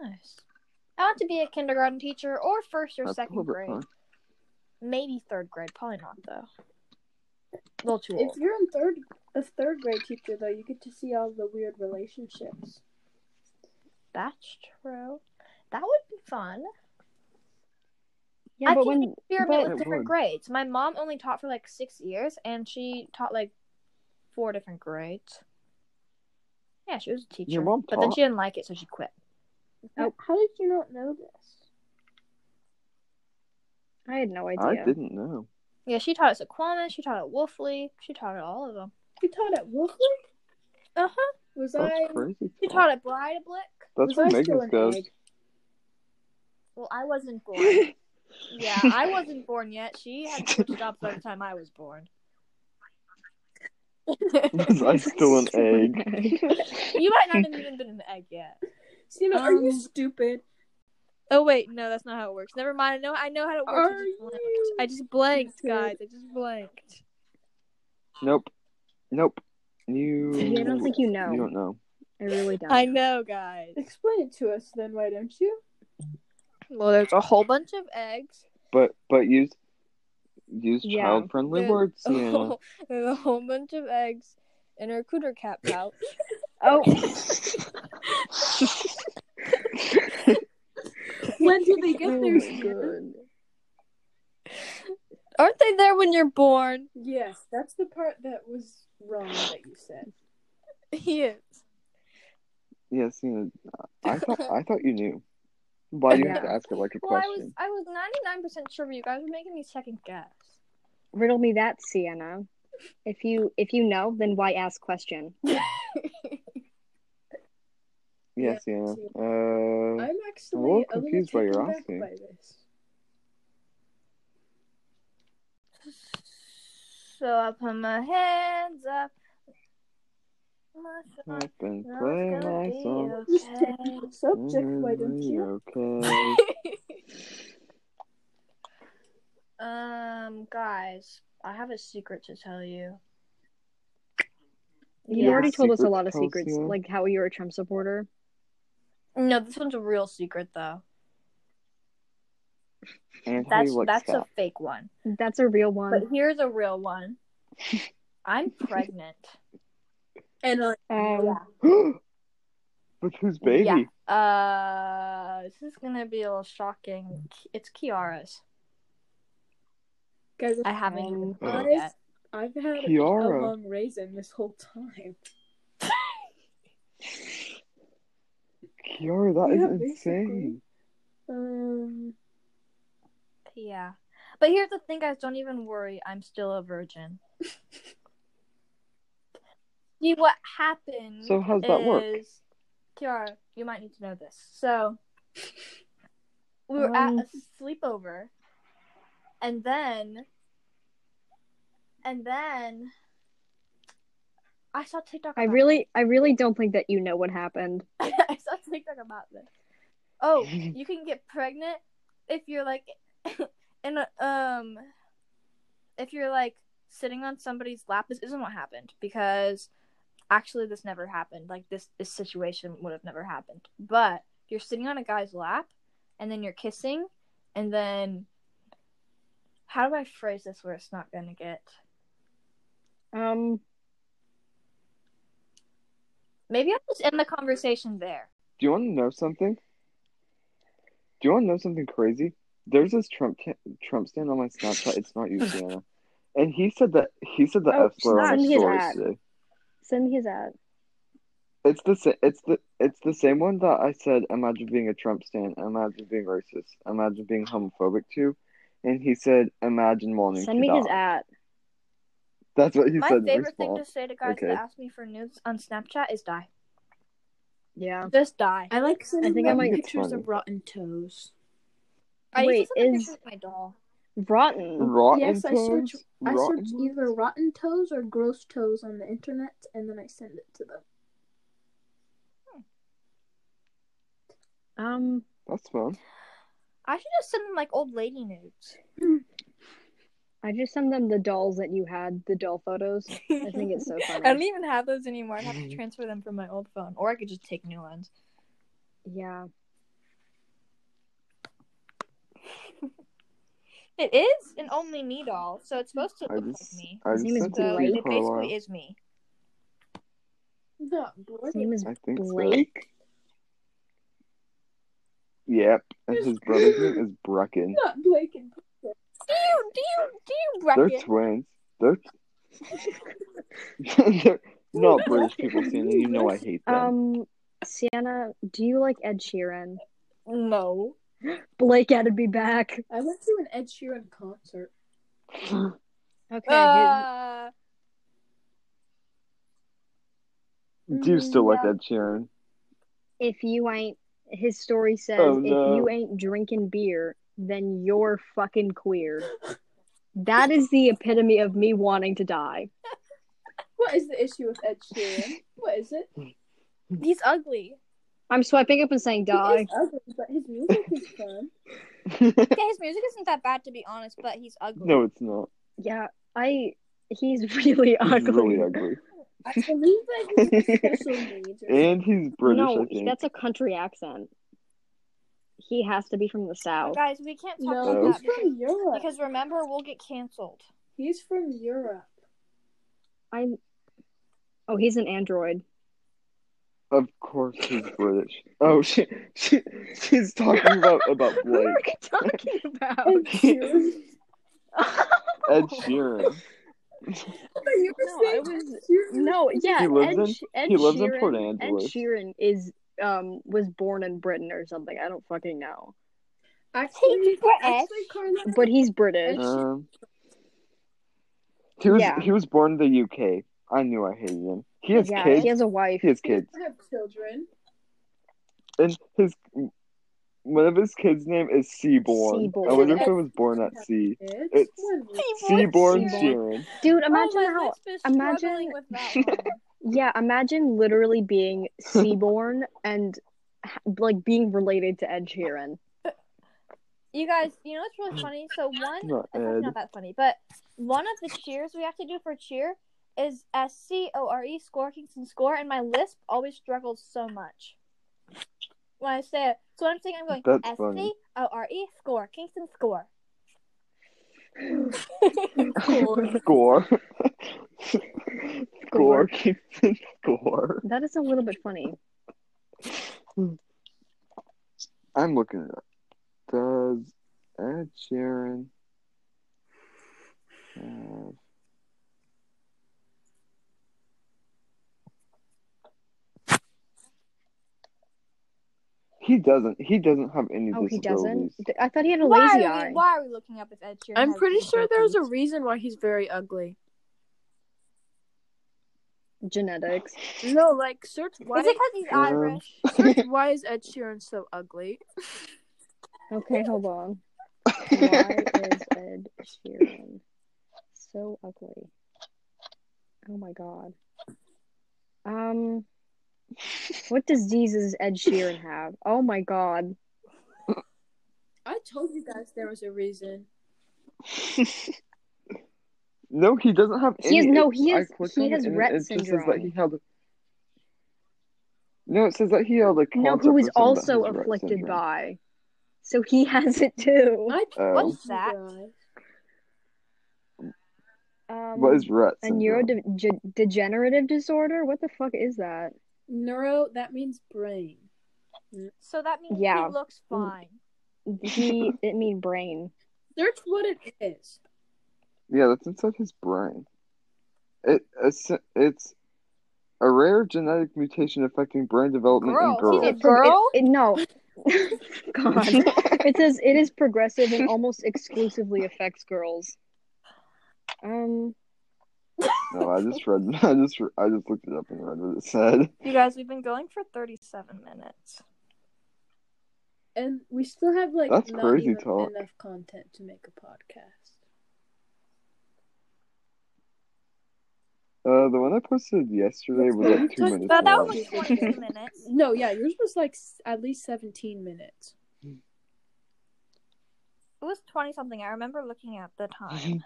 Speaker 2: Nice. I want to be a kindergarten teacher or first or
Speaker 3: That's a
Speaker 2: second
Speaker 3: little bit
Speaker 2: grade.
Speaker 3: fun.
Speaker 2: Maybe third grade. Probably not though. A little too
Speaker 1: If
Speaker 2: old.
Speaker 1: you're in third, a third grade teacher though, you get to see all the weird relationships.
Speaker 2: That's true. That would be fun.
Speaker 4: Yeah,
Speaker 2: I
Speaker 4: but
Speaker 2: can
Speaker 4: when
Speaker 2: Experiment
Speaker 4: But-
Speaker 2: with
Speaker 3: It
Speaker 2: different
Speaker 3: would.
Speaker 2: grades. My mom only taught for like six years, and she taught like four different grades. Yeah, she was a teacher.
Speaker 3: Your mom
Speaker 2: but then
Speaker 3: taught?
Speaker 2: she didn't like it, so she quit.
Speaker 1: How, how did you not know this?
Speaker 4: I had no
Speaker 3: I
Speaker 4: idea.
Speaker 3: didn't know.
Speaker 2: Yeah, she taught us at Qualman. She taught at Wolfley. She taught at all of them.
Speaker 1: You taught at Wolfley?
Speaker 2: Uh huh.
Speaker 1: Was
Speaker 3: That's
Speaker 1: I?
Speaker 3: crazy.
Speaker 2: She
Speaker 3: talk.
Speaker 2: taught at Brideblick.
Speaker 1: was
Speaker 3: That's where
Speaker 1: I still
Speaker 3: Megan
Speaker 1: an
Speaker 3: goes.
Speaker 1: egg?
Speaker 2: Well, I wasn't born. yeah, I wasn't born yet. She had switched jobs by the time I was born.
Speaker 3: Was I still an egg?
Speaker 2: You might not have even been an egg yet.
Speaker 1: Sina, are you
Speaker 2: Um,
Speaker 1: stupid?
Speaker 2: Oh wait, no, that's not how it works. Never mind. I know, I know how it works.
Speaker 1: Are
Speaker 2: I just blanked.
Speaker 1: you
Speaker 2: I just
Speaker 1: stupid?
Speaker 2: blanked, guys. I just blanked.
Speaker 3: Nope. Nope. You.
Speaker 4: Yeah, I don't think you know.
Speaker 3: You don't know.
Speaker 4: I really don't.
Speaker 2: I know, guys.
Speaker 1: Explain it to us then, why don't you?
Speaker 2: Well, there's a whole bunch of eggs.
Speaker 3: But but use use
Speaker 4: Yeah.
Speaker 3: child friendly
Speaker 2: There's-
Speaker 3: words. Yeah.
Speaker 2: there's a whole bunch of eggs in her cooter cap pouch.
Speaker 4: Oh,
Speaker 1: When did they
Speaker 4: oh
Speaker 1: get
Speaker 4: my
Speaker 1: there, Sina?
Speaker 4: God.
Speaker 2: Aren't they there when you're born?
Speaker 1: Yes, that's the part that was wrong that you said.
Speaker 2: Yes.
Speaker 3: Yes. You know, I thought I thought you knew. Why do you have to
Speaker 4: Yeah.
Speaker 3: ask it like a
Speaker 2: Well, I was
Speaker 3: question?
Speaker 2: I was ninety nine percent sure, but you guys were making me second guess.
Speaker 4: Riddle me that, Sienna. If you if you know, then why ask question?
Speaker 3: Yes.
Speaker 1: Yeah,
Speaker 3: Yeah.
Speaker 1: so-
Speaker 3: Uh.
Speaker 1: I'm
Speaker 3: I'm a
Speaker 1: actually a
Speaker 3: little
Speaker 1: little
Speaker 3: confused by your
Speaker 1: taken back
Speaker 3: asking.
Speaker 1: by this.
Speaker 2: So I put my hands up. My
Speaker 3: Up and
Speaker 2: No,
Speaker 3: play
Speaker 2: it's gonna
Speaker 3: my
Speaker 2: be
Speaker 3: song. Mm,
Speaker 2: okay.
Speaker 1: Subject, why don't you?
Speaker 3: Okay.
Speaker 2: um, guys, I have a secret to tell you.
Speaker 4: You
Speaker 3: Yeah.
Speaker 4: already told us a
Speaker 3: Secret
Speaker 4: lot of
Speaker 3: tells
Speaker 4: secrets,
Speaker 3: you.
Speaker 4: like how you're a Trump supporter.
Speaker 2: No, this one's a real secret though.
Speaker 3: and how
Speaker 2: That's
Speaker 3: you like
Speaker 2: that's
Speaker 3: Scott.
Speaker 2: a fake one.
Speaker 4: That's a real one.
Speaker 2: But here's a real one. I'm pregnant.
Speaker 1: And uh,
Speaker 4: um,
Speaker 2: yeah.
Speaker 3: With whose baby?
Speaker 2: Yeah. Uh, this is gonna be a little shocking. It's Kiara's.
Speaker 1: guys,
Speaker 2: I haven't even
Speaker 3: Oh.
Speaker 4: Um,
Speaker 2: heard
Speaker 1: Guys?
Speaker 2: yet.
Speaker 1: I've had a
Speaker 3: Kiara.
Speaker 1: long raisin this whole time.
Speaker 3: Kiara, that is
Speaker 1: Yeah,
Speaker 3: insane.
Speaker 1: Um,
Speaker 2: Yeah. But here's the thing, guys. Don't even worry. I'm still a virgin. See what happened.
Speaker 3: So how's that work?
Speaker 2: is- Kiara, you might need to know this. So we were at
Speaker 4: Um.
Speaker 2: a sleepover, and then, and then, I saw TikTok.
Speaker 4: I
Speaker 2: about
Speaker 4: really I really don't think that you know what happened.
Speaker 2: this. I saw TikTok about this. Oh, you can get pregnant if you're like, in a, um, if you're like sitting on somebody's lap. This isn't what happened because actually this never happened like this this situation would have never happened but you're sitting on a guy's lap and then you're kissing and then how do i phrase this where it's not gonna get
Speaker 4: Um
Speaker 2: maybe i'll just end the conversation there
Speaker 3: Do you want to know something? Do you want to know something crazy? There's this Trump ca- Trump stand on my Snapchat. It's not you, Sienna. And he said that he said the
Speaker 4: Oh,
Speaker 3: F slur on
Speaker 4: snap.
Speaker 3: his
Speaker 4: He is
Speaker 3: stories
Speaker 4: at.
Speaker 3: today.
Speaker 4: send me his ad.
Speaker 3: It's the sa- it's the it's the same one that I said. Imagine being a Trump stan. Imagine being racist. Imagine being homophobic too. And he said, "Imagine wanting
Speaker 4: Send
Speaker 3: to
Speaker 4: me
Speaker 3: die."
Speaker 4: his ad.
Speaker 3: That's what he
Speaker 2: my
Speaker 3: said. in
Speaker 2: favorite thing to
Speaker 3: response.
Speaker 2: say to guys
Speaker 3: Okay.
Speaker 2: that ask me for nudes on snapchat is die
Speaker 4: Yeah.
Speaker 2: just die
Speaker 1: I like sending
Speaker 4: think
Speaker 1: out
Speaker 4: I might-
Speaker 1: pictures
Speaker 3: Funny.
Speaker 1: of rotten toes.
Speaker 2: i
Speaker 4: Wait,
Speaker 2: used to send
Speaker 4: is-
Speaker 2: pictures of my doll
Speaker 4: Rotten.
Speaker 3: Rotten
Speaker 1: Yes, I search.
Speaker 3: toes?
Speaker 1: I
Speaker 3: Rotten
Speaker 1: search
Speaker 3: toes?
Speaker 1: either rotten toes or gross toes on the internet, and then I send it to them.
Speaker 4: Um
Speaker 3: That's fun.
Speaker 2: i should just send them like old lady nudes
Speaker 4: I just send them the dolls that you had, the doll photos. I think it's so funny.
Speaker 2: I don't even have those anymore. I'd have
Speaker 3: Mm.
Speaker 2: to transfer them from my old phone, or I could just take new ones.
Speaker 4: yeah.
Speaker 2: It is an only me doll, so it's supposed to
Speaker 3: I
Speaker 2: look
Speaker 3: just,
Speaker 2: like me.
Speaker 3: I
Speaker 4: His
Speaker 3: just
Speaker 4: name is
Speaker 3: sent
Speaker 2: So
Speaker 3: it to you,
Speaker 2: it
Speaker 4: Blake.
Speaker 3: Carlisle.
Speaker 2: basically is me.
Speaker 1: No,
Speaker 4: His name is
Speaker 3: I think so.
Speaker 4: Blake.
Speaker 3: Yep, and his brother's name is Brecken.
Speaker 1: not Blake and
Speaker 2: Do you do you do you
Speaker 3: They're
Speaker 2: reckon?
Speaker 3: twins. They're They're not British people, Sienna. You know I hate them.
Speaker 4: Um, Sienna, do you like Ed Sheeran?
Speaker 2: No.
Speaker 4: Blake had to be back.
Speaker 1: I went to an Ed Sheeran concert.
Speaker 4: Um, Okay.
Speaker 2: Uh,
Speaker 3: Do you still like
Speaker 2: no.
Speaker 3: Ed Sheeran?
Speaker 4: if you ain't, his story says,
Speaker 3: Oh,
Speaker 4: if
Speaker 3: no.
Speaker 4: you ain't drinking beer, then you're fucking queer. That is the epitome of me wanting to die.
Speaker 1: What is the issue with Ed Sheeran? What is it?
Speaker 2: he's ugly.
Speaker 4: I'm swiping up and saying
Speaker 1: He
Speaker 4: die.
Speaker 1: is ugly, but his music is fun.
Speaker 2: Okay, his music isn't that bad to be honest, but he's ugly.
Speaker 3: no, it's not.
Speaker 4: Yeah, I. He's really
Speaker 3: He's
Speaker 4: ugly.
Speaker 3: really ugly.
Speaker 1: I believe that he's with special needs. Or
Speaker 3: And he's British, I
Speaker 4: no,
Speaker 3: think.
Speaker 4: that's a country accent. He has to be from the south.
Speaker 2: Guys, we can't talk
Speaker 1: no,
Speaker 3: Oh.
Speaker 1: he's
Speaker 2: about that because,
Speaker 1: from Europe.
Speaker 2: because remember we'll get canceled.
Speaker 1: he's from Europe.
Speaker 4: I'm. Oh, he's an android.
Speaker 3: Of course he's British. Oh, she, she, she's talking about, about
Speaker 4: What are
Speaker 3: Blake.
Speaker 4: we talking about?
Speaker 1: Ed Sheeran.
Speaker 4: Oh
Speaker 3: Ed Sheeran.
Speaker 1: you were
Speaker 4: No, I
Speaker 1: saying
Speaker 4: was
Speaker 1: Sheeran.
Speaker 4: no, yeah.
Speaker 3: He lives
Speaker 4: Ed,
Speaker 3: in-
Speaker 4: Sh- Ed
Speaker 3: he lives in
Speaker 4: Sheeran-
Speaker 3: Port
Speaker 4: Ed
Speaker 3: Angeles.
Speaker 4: Sheeran is um was born in Britain or something. I don't fucking know,
Speaker 1: Actually,
Speaker 2: British.
Speaker 1: actually, Carla,
Speaker 4: but he's British.
Speaker 1: Ed Sheeran.
Speaker 3: Um, he was
Speaker 4: Yeah.
Speaker 3: he was born in the UK. I knew I hated him. He has
Speaker 4: yeah,
Speaker 3: kids.
Speaker 4: he has a wife.
Speaker 3: He has
Speaker 1: he doesn't
Speaker 3: kids,
Speaker 1: have children.
Speaker 3: and his one of his kids' name is Seaborn.
Speaker 4: Seaborn.
Speaker 3: I wonder if it was born at sea.
Speaker 1: It's
Speaker 3: It's-
Speaker 1: wonderful.
Speaker 3: Seaborn
Speaker 4: Seaborn.
Speaker 3: Sheeran.
Speaker 4: Dude, imagine
Speaker 2: oh, my
Speaker 4: how.
Speaker 2: lips is
Speaker 4: imagine-
Speaker 2: struggling with that one.
Speaker 4: Yeah, imagine literally being seaborn and h- like being related to Ed Sheeran.
Speaker 2: You guys, you know what's really funny? So one,
Speaker 3: Not
Speaker 2: it's actually
Speaker 3: Ed.
Speaker 2: not that funny, but one of the cheers we have to do for cheer is S C O R E score Kingston score, and my lisp always struggles so much when I say it. So I'm saying I'm going
Speaker 3: That's
Speaker 2: S C
Speaker 3: funny.
Speaker 2: O R E score Kingston score.
Speaker 3: Score.
Speaker 4: Score.
Speaker 3: Score. Kingston Score.
Speaker 4: That is a little bit funny.
Speaker 3: I'm looking it up. Does Ed Sheeran have He doesn't. He doesn't have any
Speaker 4: Oh, he doesn't.
Speaker 3: disabilities.
Speaker 4: Th- I thought he had a
Speaker 2: Why
Speaker 4: lazy
Speaker 2: are,
Speaker 4: eye.
Speaker 2: we, why are we looking up if Ed Sheeran?
Speaker 1: I'm
Speaker 2: has
Speaker 1: pretty
Speaker 2: these
Speaker 1: sure there's a
Speaker 2: symptoms?
Speaker 1: reason why he's very ugly.
Speaker 4: Genetics.
Speaker 1: No, like search why
Speaker 2: Is it because he's
Speaker 3: Um,
Speaker 2: Irish?
Speaker 1: search why is Ed Sheeran so ugly?
Speaker 4: Okay, hold on. Why is Ed Sheeran so ugly? Oh my god. Um, what diseases Ed Sheeran have? Oh my god.
Speaker 1: I told you guys there was a reason.
Speaker 3: no, he doesn't have
Speaker 4: He has-
Speaker 3: any.
Speaker 4: no, he
Speaker 3: I
Speaker 4: has-
Speaker 3: clicked
Speaker 4: he
Speaker 3: on it
Speaker 4: has
Speaker 3: and
Speaker 4: Rett
Speaker 3: it just says
Speaker 4: syndrome.
Speaker 3: that he held. No, it says that he held a.
Speaker 4: No,
Speaker 3: concept
Speaker 4: who is
Speaker 3: or something about
Speaker 4: also
Speaker 3: his Rett
Speaker 4: afflicted
Speaker 3: syndrome.
Speaker 4: by. So he has it too.
Speaker 1: I
Speaker 3: Oh.
Speaker 1: told
Speaker 2: What's
Speaker 1: you
Speaker 2: that?
Speaker 1: guys.
Speaker 4: Um,
Speaker 3: What is Rett
Speaker 4: a
Speaker 3: syndrome?
Speaker 4: neurodegenerative disorder? What the fuck is that?
Speaker 1: Neuro that means brain.
Speaker 2: So that means
Speaker 4: Yeah. Mm.
Speaker 2: he looks fine.
Speaker 4: He, it mean brain.
Speaker 1: Search what it is.
Speaker 3: Yeah, that's inside his brain. It it's, it's a rare genetic mutation affecting brain development
Speaker 2: Girls, he's
Speaker 3: in
Speaker 2: a
Speaker 3: girls.
Speaker 4: Pro- it-
Speaker 2: girl?
Speaker 4: it- no. God. It says it is progressive and almost exclusively affects girls. Um,
Speaker 3: no, I just read. I just re- I just looked it up and read what it said.
Speaker 2: You guys, we've been going for 37 minutes.
Speaker 1: And we still have like
Speaker 3: That's
Speaker 1: not
Speaker 3: crazy
Speaker 1: even
Speaker 3: talk.
Speaker 1: enough content to make a podcast.
Speaker 3: Uh, the one I posted yesterday was like two
Speaker 1: But
Speaker 3: minutes
Speaker 2: But that
Speaker 3: long.
Speaker 2: was like 22 minutes.
Speaker 1: No, yeah, yours was like s- at least 17 minutes.
Speaker 2: It was 20 something. I remember looking at the time.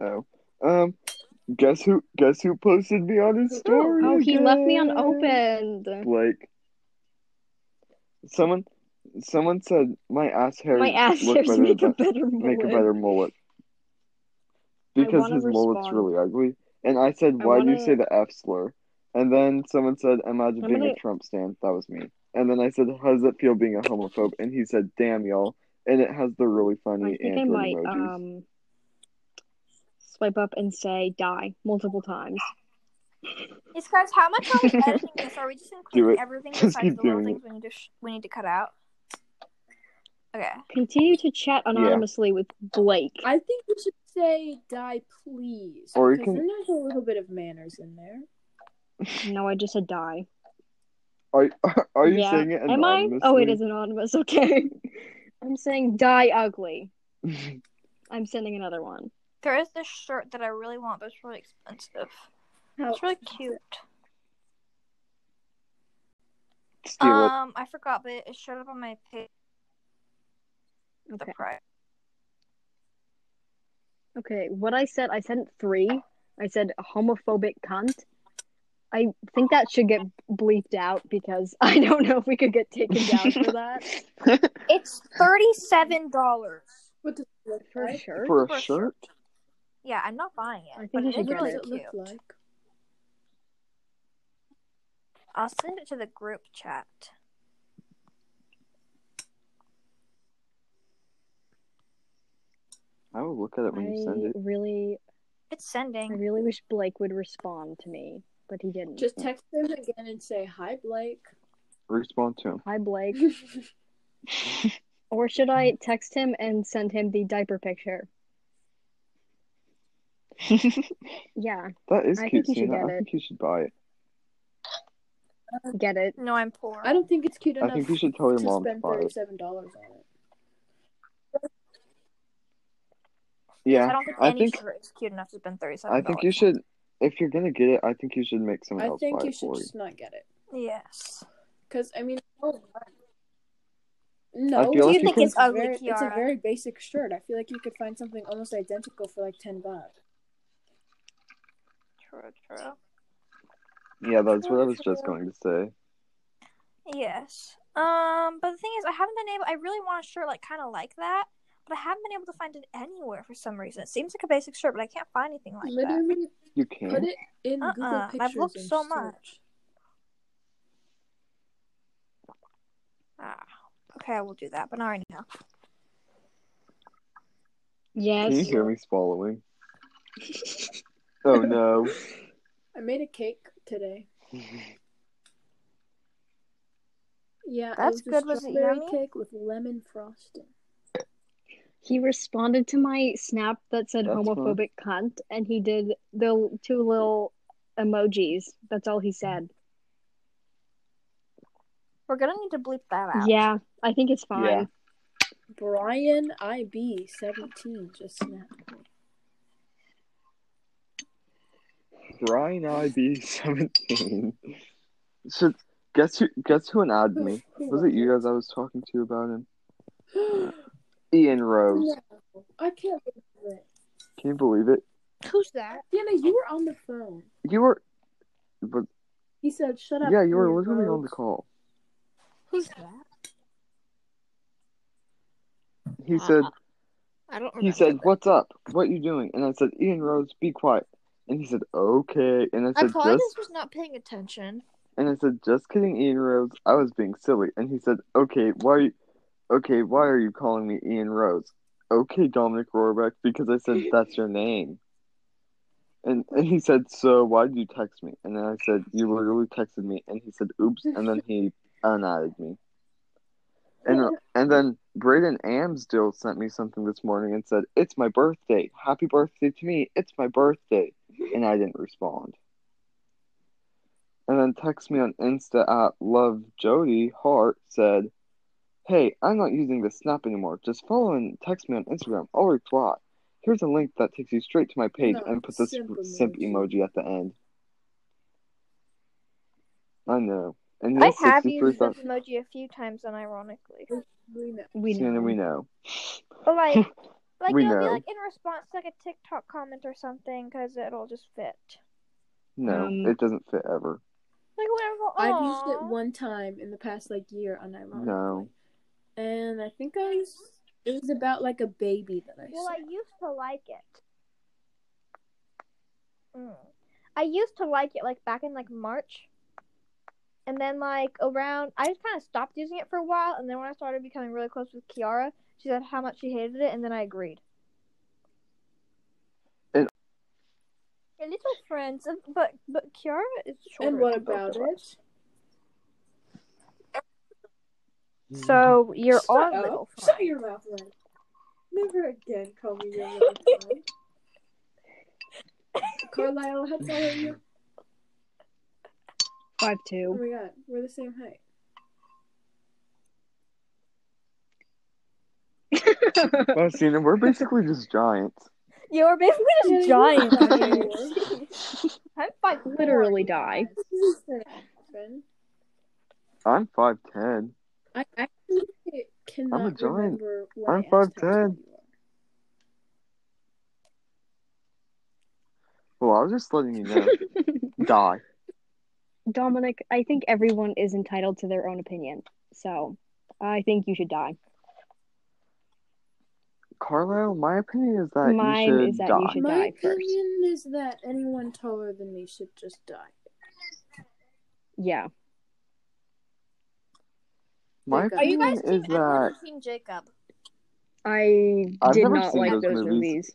Speaker 3: Oh. Um guess who guess who posted me on his story?
Speaker 4: oh, he left me
Speaker 3: again?
Speaker 4: unopened.
Speaker 3: Like someone someone said my ass hair
Speaker 4: My ass
Speaker 3: look
Speaker 4: hairs
Speaker 3: better
Speaker 4: make a
Speaker 3: than-
Speaker 4: better
Speaker 3: make a
Speaker 4: mullet.
Speaker 3: better mullet. Because
Speaker 4: wanna
Speaker 3: his mullet's
Speaker 4: respond.
Speaker 3: really ugly. And I said,
Speaker 4: I
Speaker 3: Why do
Speaker 4: wanna-
Speaker 3: you say the F slur? And then someone said, Imagine
Speaker 4: I'm
Speaker 3: being
Speaker 4: gonna-
Speaker 3: a Trump stan. That was me. And then I said, How does it feel being a homophobe? And he said, Damn y'all. And it has the really funny
Speaker 4: I um, think I
Speaker 3: Android
Speaker 4: might
Speaker 3: emojis.
Speaker 4: um swipe up and say die multiple times.
Speaker 2: It's guys, how much are we editing this? Are we just
Speaker 3: Do
Speaker 2: including
Speaker 3: it.
Speaker 2: everything
Speaker 3: Just
Speaker 2: besides
Speaker 3: keep
Speaker 2: the little
Speaker 3: doing
Speaker 2: things we need to sh- we need to cut out? Okay.
Speaker 4: Continue to chat anonymously with Blake.
Speaker 1: I think we should say die, please.
Speaker 3: Or you
Speaker 1: because then
Speaker 3: can-
Speaker 1: there's a little bit of manners in there.
Speaker 4: no, I just said die.
Speaker 3: Are are, are you
Speaker 4: Yeah.
Speaker 3: saying it
Speaker 4: Am I?
Speaker 3: anonymously?
Speaker 4: Oh, it is anonymous. Okay. I'm saying die ugly.
Speaker 3: is.
Speaker 4: I'm sending another one.
Speaker 2: There is this shirt that I really want, but it's really expensive.
Speaker 1: How-
Speaker 2: It's really cute.
Speaker 3: Steal it.
Speaker 2: Um, I forgot, but it showed up on my page. The
Speaker 4: Okay.
Speaker 2: price.
Speaker 4: Okay. What I said, I sent three. I said homophobic cunt. I think that should get bleeped out because I don't know if we could get taken down for that.
Speaker 3: Uh,
Speaker 2: It's thirty-seven dollars.
Speaker 1: What does it look
Speaker 4: For
Speaker 1: like?
Speaker 4: sure.
Speaker 3: For
Speaker 2: For
Speaker 3: a
Speaker 2: a
Speaker 3: shirt?
Speaker 2: Yeah, I'm not buying
Speaker 4: I
Speaker 2: it, but
Speaker 4: think we
Speaker 2: it
Speaker 4: should
Speaker 2: is
Speaker 4: get
Speaker 2: really
Speaker 4: it.
Speaker 2: cute.
Speaker 1: look like?
Speaker 2: I'll send it to the group chat.
Speaker 3: I will look at it when you send
Speaker 4: I
Speaker 3: it.
Speaker 4: really,
Speaker 2: It's
Speaker 4: I
Speaker 2: sending.
Speaker 4: really wish Blake would respond to me, but he didn't.
Speaker 1: Just text him again and say hi, Blake.
Speaker 3: Respond to him.
Speaker 4: Hi, Blake. Or should I text him and send him the diaper picture? Yeah,
Speaker 3: That is
Speaker 4: I
Speaker 3: cute,
Speaker 4: think you should
Speaker 3: Sienna.
Speaker 4: get
Speaker 3: I
Speaker 4: it.
Speaker 3: think you should buy it.
Speaker 4: get it.
Speaker 2: No, I'm poor.
Speaker 1: I don't think it's cute
Speaker 3: I
Speaker 1: enough
Speaker 3: think you should tell your
Speaker 1: to
Speaker 3: mom to
Speaker 1: spend
Speaker 3: buy it.
Speaker 1: thirty-seven dollars on it.
Speaker 3: Yeah,
Speaker 2: I don't think
Speaker 3: I
Speaker 2: any
Speaker 3: think
Speaker 2: shirt is cute enough to spend thirty-seven.
Speaker 3: I think you should. If you're gonna get it, I think you should make someone
Speaker 1: I
Speaker 3: else
Speaker 1: think
Speaker 3: buy
Speaker 1: you
Speaker 3: it
Speaker 1: should
Speaker 3: for you.
Speaker 1: just not get it.
Speaker 2: Yes.
Speaker 1: Because I mean, oh, no.
Speaker 3: feel Do like you you
Speaker 2: think can- it's ugly,
Speaker 1: very, It's a
Speaker 2: Kiara?
Speaker 1: very basic shirt. I feel like you could find something almost identical for like ten bucks.
Speaker 2: True. True.
Speaker 3: Yeah, that's what I was
Speaker 2: True.
Speaker 3: just going to say.
Speaker 2: Yes. Um, but the thing is, I haven't been able. I really want a shirt like kind of like that, but I haven't been able to find it anywhere for some reason. It seems like a basic shirt, but I can't find anything like that.
Speaker 1: Literally,
Speaker 3: You
Speaker 1: put
Speaker 3: can.
Speaker 1: it in Google
Speaker 2: Uh-uh, I've
Speaker 1: Pictures.
Speaker 2: looked
Speaker 1: and
Speaker 2: so
Speaker 1: search.
Speaker 2: much. Ah, okay, I will do that, but not right now.
Speaker 3: Can you
Speaker 4: Yes.
Speaker 3: hear me swallowing? oh no.
Speaker 1: I made a cake today. Yeah,
Speaker 2: That's
Speaker 1: it was
Speaker 2: good.
Speaker 1: A
Speaker 2: Was it
Speaker 1: strawberry
Speaker 2: yummy?
Speaker 1: cake with lemon frosting.
Speaker 4: He responded to my snap that said
Speaker 3: That's fun.
Speaker 4: homophobic cunt, and he did the two little emojis. That's all he said.
Speaker 2: We're gonna need to bleep that out.
Speaker 4: Yeah, I think it's fine.
Speaker 3: Yeah.
Speaker 1: Brian IB seventeen just snapped. me.
Speaker 3: Brian IB seventeen. So guess who guess who an ad me?
Speaker 1: Who
Speaker 3: Was it you guys I was talking to about him? Mm. Ian Rose.
Speaker 1: no, I can't believe it.
Speaker 3: Can you believe it?
Speaker 2: Who's that?
Speaker 1: Diana, you were on the phone.
Speaker 3: You were but
Speaker 1: He said, "Shut up."
Speaker 3: yeah, you were
Speaker 1: Ian
Speaker 3: literally
Speaker 1: Rhodes."
Speaker 3: on the call.
Speaker 5: Who's that?
Speaker 3: He said
Speaker 5: I don't
Speaker 2: Oh,
Speaker 5: remember.
Speaker 3: he said, What's up? What you doing? And I said, Ian Rose, be quiet. And he said, Okay. And I
Speaker 5: I
Speaker 3: said,
Speaker 5: apologize
Speaker 3: Just
Speaker 5: for not paying attention.
Speaker 3: And I said, "Just kidding, Ian Rose. I was being silly." And he said, "Okay, why? Are you, okay, why are you calling me Ian Rose?" Okay, Dominic Rohrbeck, because I said that's your name. And and he said, "So why did you text me?" And then I said, "You literally texted me." And he said, "Oops." And then he unadded Oh, me. And uh, and then Braden Amsdill sent me something this morning and said, "It's my birthday. Happy birthday to me. It's my birthday." And I didn't respond and then text me on Insta at Love Jody Hart said, Hey, I'm not using the snap anymore. Just follow and text me on Instagram. I'll reply. Here's a link that takes you straight to my page
Speaker 1: No,
Speaker 3: and put this
Speaker 1: simp
Speaker 3: simp
Speaker 1: emoji.
Speaker 3: emoji at the end. I know. And he
Speaker 2: I
Speaker 3: has
Speaker 2: have used
Speaker 3: 63,000
Speaker 2: this emoji a few times, unironically.
Speaker 1: We know.
Speaker 4: We know.
Speaker 3: Sienna, we know.
Speaker 2: But like, like
Speaker 3: We
Speaker 2: it'll be
Speaker 3: know.
Speaker 2: like in response to like a TikTok comment or something, because it'll just fit.
Speaker 3: No,
Speaker 2: Mm.
Speaker 4: Um,
Speaker 3: it doesn't fit ever.
Speaker 2: Like whenever.
Speaker 1: I've used it
Speaker 2: Aw.
Speaker 1: one time in the past like year unironically.
Speaker 3: No.
Speaker 1: And I think I was it was about like a baby that I
Speaker 2: Well,
Speaker 1: saw.
Speaker 2: I used to like it. Mm. I used to like it like back in like March, and then like around I just kind of stopped using it for a while, and then when I started becoming really close with Kiara, she said how much she hated it, and then I agreed. friends, and- but but Kiara is shorter.
Speaker 1: And what
Speaker 2: than both
Speaker 1: about
Speaker 2: of us.
Speaker 1: it?
Speaker 2: Mm. So you're
Speaker 1: Shut
Speaker 2: all
Speaker 1: up.
Speaker 2: little friends.
Speaker 1: Shut your mouth, Len. Never again call me your little friend. Carlisle, how tall are you?
Speaker 4: Five
Speaker 1: Oh
Speaker 4: two.
Speaker 1: my god, we're the same height.
Speaker 3: Well, Cena, we're basically just giants.
Speaker 2: You're basically
Speaker 1: Yeah, you
Speaker 2: just giant.
Speaker 1: are.
Speaker 2: Jeez. I'm five.
Speaker 4: Literally die.
Speaker 1: This is the friend.
Speaker 3: I'm five ten.
Speaker 1: I actually cannot
Speaker 3: I'm a giant.
Speaker 1: remember when I
Speaker 3: I'm
Speaker 1: asked how
Speaker 3: 5'10".
Speaker 1: tall you are.
Speaker 3: Well, I was just letting you know. Die.
Speaker 4: Dominic, I think everyone is entitled to their own opinion. So I think you should die.
Speaker 3: Carlisle, my opinion is that
Speaker 4: Mine
Speaker 3: you should
Speaker 4: is that
Speaker 3: die.
Speaker 4: you should-
Speaker 1: My
Speaker 4: die first.
Speaker 1: opinion is that anyone taller than me should just die.
Speaker 4: Yeah.
Speaker 3: My
Speaker 1: Jacob. Are
Speaker 2: Are you
Speaker 3: opinion
Speaker 2: guys team
Speaker 3: is
Speaker 2: Edward
Speaker 3: that
Speaker 2: or team Jacob?
Speaker 4: I
Speaker 3: I've
Speaker 4: did
Speaker 3: never
Speaker 4: not
Speaker 3: seen
Speaker 4: like
Speaker 3: those
Speaker 4: those,
Speaker 3: movies.
Speaker 4: movies.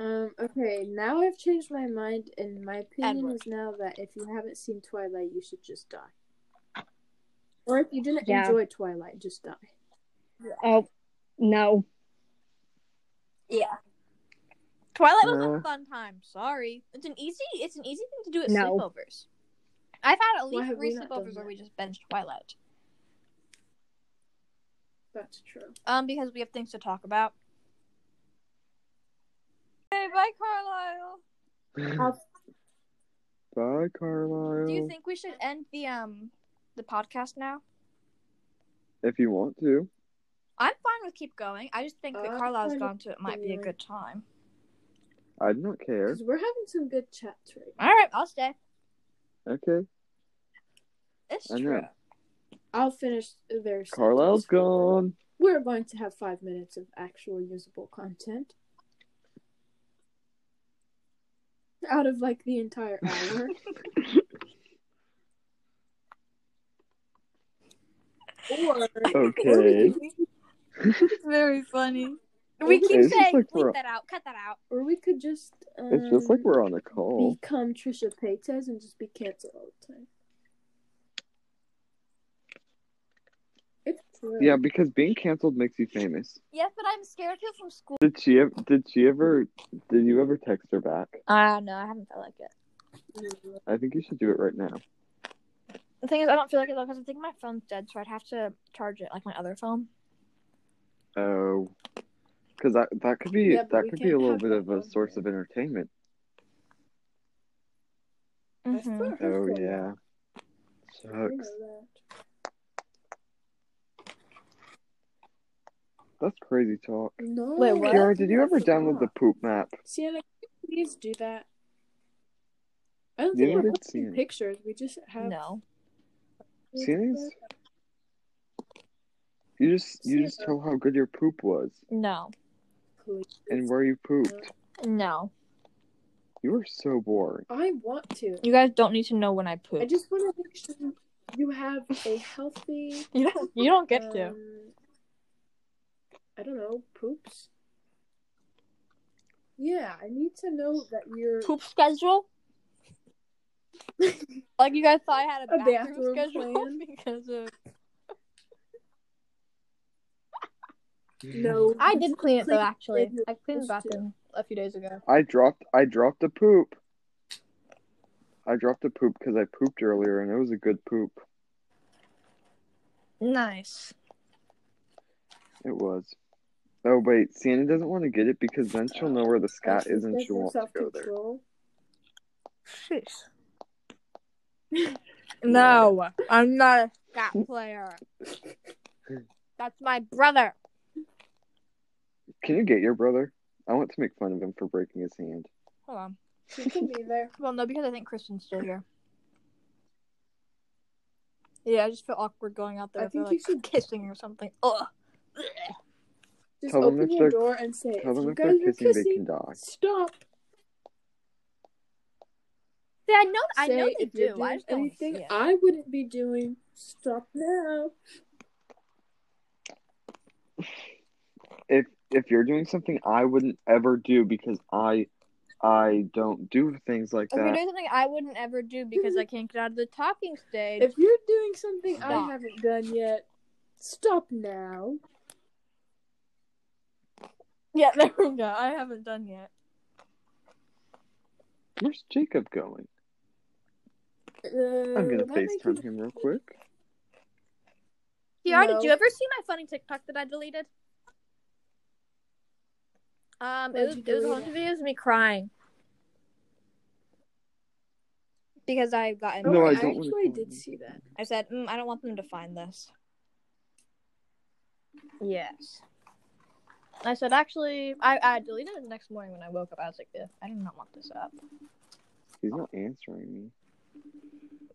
Speaker 1: Um, okay, now I've changed my mind, and my opinion
Speaker 2: Edward.
Speaker 1: is now that if you haven't seen Twilight, you should just die. Or if you didn't
Speaker 4: Yeah.
Speaker 1: enjoy Twilight, just die.
Speaker 4: Oh no.
Speaker 2: Yeah. Twilight was
Speaker 3: Yeah.
Speaker 2: a fun time. Sorry, it's an easy. It's an easy thing to do at
Speaker 4: No.
Speaker 2: sleepovers. I've had at
Speaker 1: Why
Speaker 2: least
Speaker 1: have
Speaker 2: three
Speaker 1: we not done
Speaker 2: sleepovers where
Speaker 1: that?
Speaker 2: we just binged Twilight.
Speaker 1: That's true.
Speaker 2: Um, because we have things to talk about. Okay, bye, Carlisle.
Speaker 3: Bye, Carlisle.
Speaker 2: Do you think we should end the um the podcast now?
Speaker 3: if you want to.
Speaker 2: I'm fine with keep going. I just think that
Speaker 1: I'm
Speaker 2: Carlisle's
Speaker 1: fine
Speaker 2: gone to it might be a
Speaker 1: continuing.
Speaker 2: good time.
Speaker 3: I don't care.
Speaker 1: Because we're having some good chats right now.
Speaker 2: All right, I'll stay.
Speaker 3: Okay.
Speaker 2: It's
Speaker 3: I know.
Speaker 2: true.
Speaker 1: I'll finish their
Speaker 3: Carlisle's
Speaker 1: sentence.
Speaker 3: gone.
Speaker 1: We're going to have five minutes of actual usable content. Out of like the entire hour. or
Speaker 3: Okay.
Speaker 2: it's very funny. We
Speaker 1: It's
Speaker 2: keep
Speaker 3: just
Speaker 2: saying
Speaker 3: like we're-
Speaker 2: bleep that out, cut that out.
Speaker 1: or we could just um,
Speaker 3: It's just like we're on a call.
Speaker 1: become Trisha Paytas and just be canceled all the time. It's true.
Speaker 3: Yeah, because being canceled makes you famous.
Speaker 2: Yes, but I'm scared too from school.
Speaker 3: Did she? ev- Did she ever? Did you ever text her back?
Speaker 2: Ah, uh, no, I haven't felt like it.
Speaker 3: I think you should do it right now.
Speaker 2: The thing is, I don't feel like it though because I think my phone's dead, so I'd have to charge it like my other phone.
Speaker 3: Oh, because that that could be
Speaker 1: Yeah, but
Speaker 3: that
Speaker 1: we
Speaker 3: could be a
Speaker 1: can't
Speaker 3: little
Speaker 1: have
Speaker 3: bit
Speaker 1: that
Speaker 3: of a
Speaker 1: on
Speaker 3: source
Speaker 1: here.
Speaker 3: of entertainment.
Speaker 1: That's
Speaker 2: Mhm.
Speaker 1: not
Speaker 3: Oh
Speaker 1: hurtful.
Speaker 3: yeah.
Speaker 1: You
Speaker 3: Sucks.
Speaker 1: know
Speaker 3: That's crazy talk.
Speaker 1: that. No.
Speaker 6: Wait, what?
Speaker 3: Kiara, did you ever
Speaker 1: That's
Speaker 3: download the
Speaker 1: not.
Speaker 3: poop map?
Speaker 1: Sienna, can you please do that? I don't
Speaker 3: You
Speaker 1: think we're
Speaker 3: didn't see
Speaker 1: posting
Speaker 3: it.
Speaker 1: pictures. We just have
Speaker 2: No.
Speaker 3: Sienna's. You just you just
Speaker 1: Sienna.
Speaker 3: tell how good your poop was
Speaker 2: No.
Speaker 1: Please.
Speaker 3: and where you pooped.
Speaker 2: No.
Speaker 3: You were so boring.
Speaker 1: I want to.
Speaker 2: You guys don't need to know when I poop.
Speaker 1: I just want to make sure you have a healthy.
Speaker 2: you don't. You don't get to.
Speaker 1: um, I don't know. Poops. Yeah, I need to know that you're
Speaker 2: Poop schedule. like you guys thought I had a
Speaker 1: A
Speaker 2: bathroom,
Speaker 1: bathroom
Speaker 2: schedule
Speaker 1: plan.
Speaker 2: because of.
Speaker 1: no.
Speaker 2: I did clean it though.
Speaker 1: Clean-
Speaker 2: Actually,
Speaker 1: clean it
Speaker 2: I cleaned the
Speaker 1: first, too.
Speaker 2: bathroom a few days ago.
Speaker 3: I dropped I dropped a poop. I dropped a poop because I pooped earlier and it was a good poop.
Speaker 2: Nice.
Speaker 3: It was. Oh wait, Sienna doesn't want to get it because then she'll know where the scat
Speaker 1: Ashley
Speaker 3: is and
Speaker 1: says
Speaker 3: she'll
Speaker 1: no
Speaker 3: want to go there.
Speaker 1: self-control.
Speaker 2: Sheesh. No, I'm not a scat player. That's my brother.
Speaker 3: Can you get your brother? I want to make fun of him for breaking his hand.
Speaker 2: Hold on.
Speaker 1: She can be there.
Speaker 2: Well, no, because I think Kristen's still here. Yeah, I just feel awkward going out there.
Speaker 1: I
Speaker 2: if they're,
Speaker 1: think you
Speaker 2: like,
Speaker 1: should-
Speaker 2: kissing or something. Ugh.
Speaker 1: Just
Speaker 3: Tell them
Speaker 1: open
Speaker 3: if
Speaker 1: your
Speaker 3: they're-
Speaker 1: door and say,
Speaker 3: Tell
Speaker 1: if
Speaker 3: them
Speaker 1: you
Speaker 3: if they're
Speaker 1: guys are
Speaker 3: kissing, they can
Speaker 1: kissing,
Speaker 3: die.
Speaker 1: stop.
Speaker 2: See, I know, I
Speaker 1: Say
Speaker 2: know they
Speaker 1: if you're
Speaker 2: do. I
Speaker 1: doing
Speaker 2: just don't wanna see
Speaker 1: anything
Speaker 2: it.
Speaker 1: I wouldn't be doing. Stop now.
Speaker 3: If if you're doing something I wouldn't ever do because I I don't do things like
Speaker 2: Okay,
Speaker 3: that.
Speaker 2: there's something I wouldn't ever do because I can't get out of the talking stage.
Speaker 1: If you're doing something
Speaker 2: Stop.
Speaker 1: I haven't done yet, stop now.
Speaker 2: yeah, there we go. I haven't done yet.
Speaker 3: Where's Jacob going?
Speaker 1: Uh,
Speaker 3: I'm gonna
Speaker 1: that makes me-
Speaker 3: FaceTime him real quick.
Speaker 2: Kiara,
Speaker 1: No.
Speaker 2: did you ever see my funny TikTok that I deleted? Um, it
Speaker 1: What'd you
Speaker 2: was, it was a whole
Speaker 1: delete?
Speaker 2: bunch of videos of me crying because I got
Speaker 1: Oh,
Speaker 2: annoyed.
Speaker 3: No,
Speaker 1: wait,
Speaker 3: I
Speaker 1: I,
Speaker 3: don't wanna
Speaker 1: actually
Speaker 3: call him.
Speaker 1: did see that.
Speaker 2: I said, mm, I don't want them to find this.
Speaker 4: Yes.
Speaker 2: I said, actually, I, I deleted it the next morning when I woke up. I was like, "Ugh, I do not want this up.
Speaker 3: He's not answering me.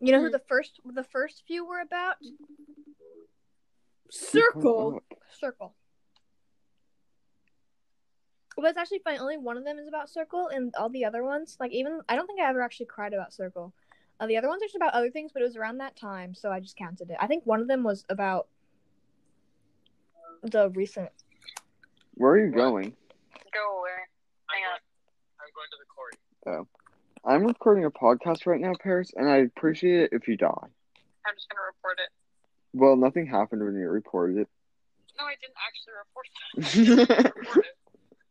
Speaker 2: You know who the first the first few were about?
Speaker 3: He hung
Speaker 1: Circle.
Speaker 3: up.
Speaker 2: Circle. But it's actually funny. Only one of them is about Circle, and all the other ones, like even I don't think I ever actually cried about Circle. Uh, the other ones are just about other things, but it was around that time, so I just counted it. I think one of them was about the recent.
Speaker 3: Where are you going?
Speaker 7: Go where? Hang on.
Speaker 8: I'm going to the quarry.
Speaker 3: I'm recording a podcast right now, Paris, and I appreciate it if you die.
Speaker 7: I'm just gonna report it.
Speaker 3: Well, nothing happened when you reported
Speaker 7: No, I didn't actually report it.
Speaker 3: it.
Speaker 7: Report it.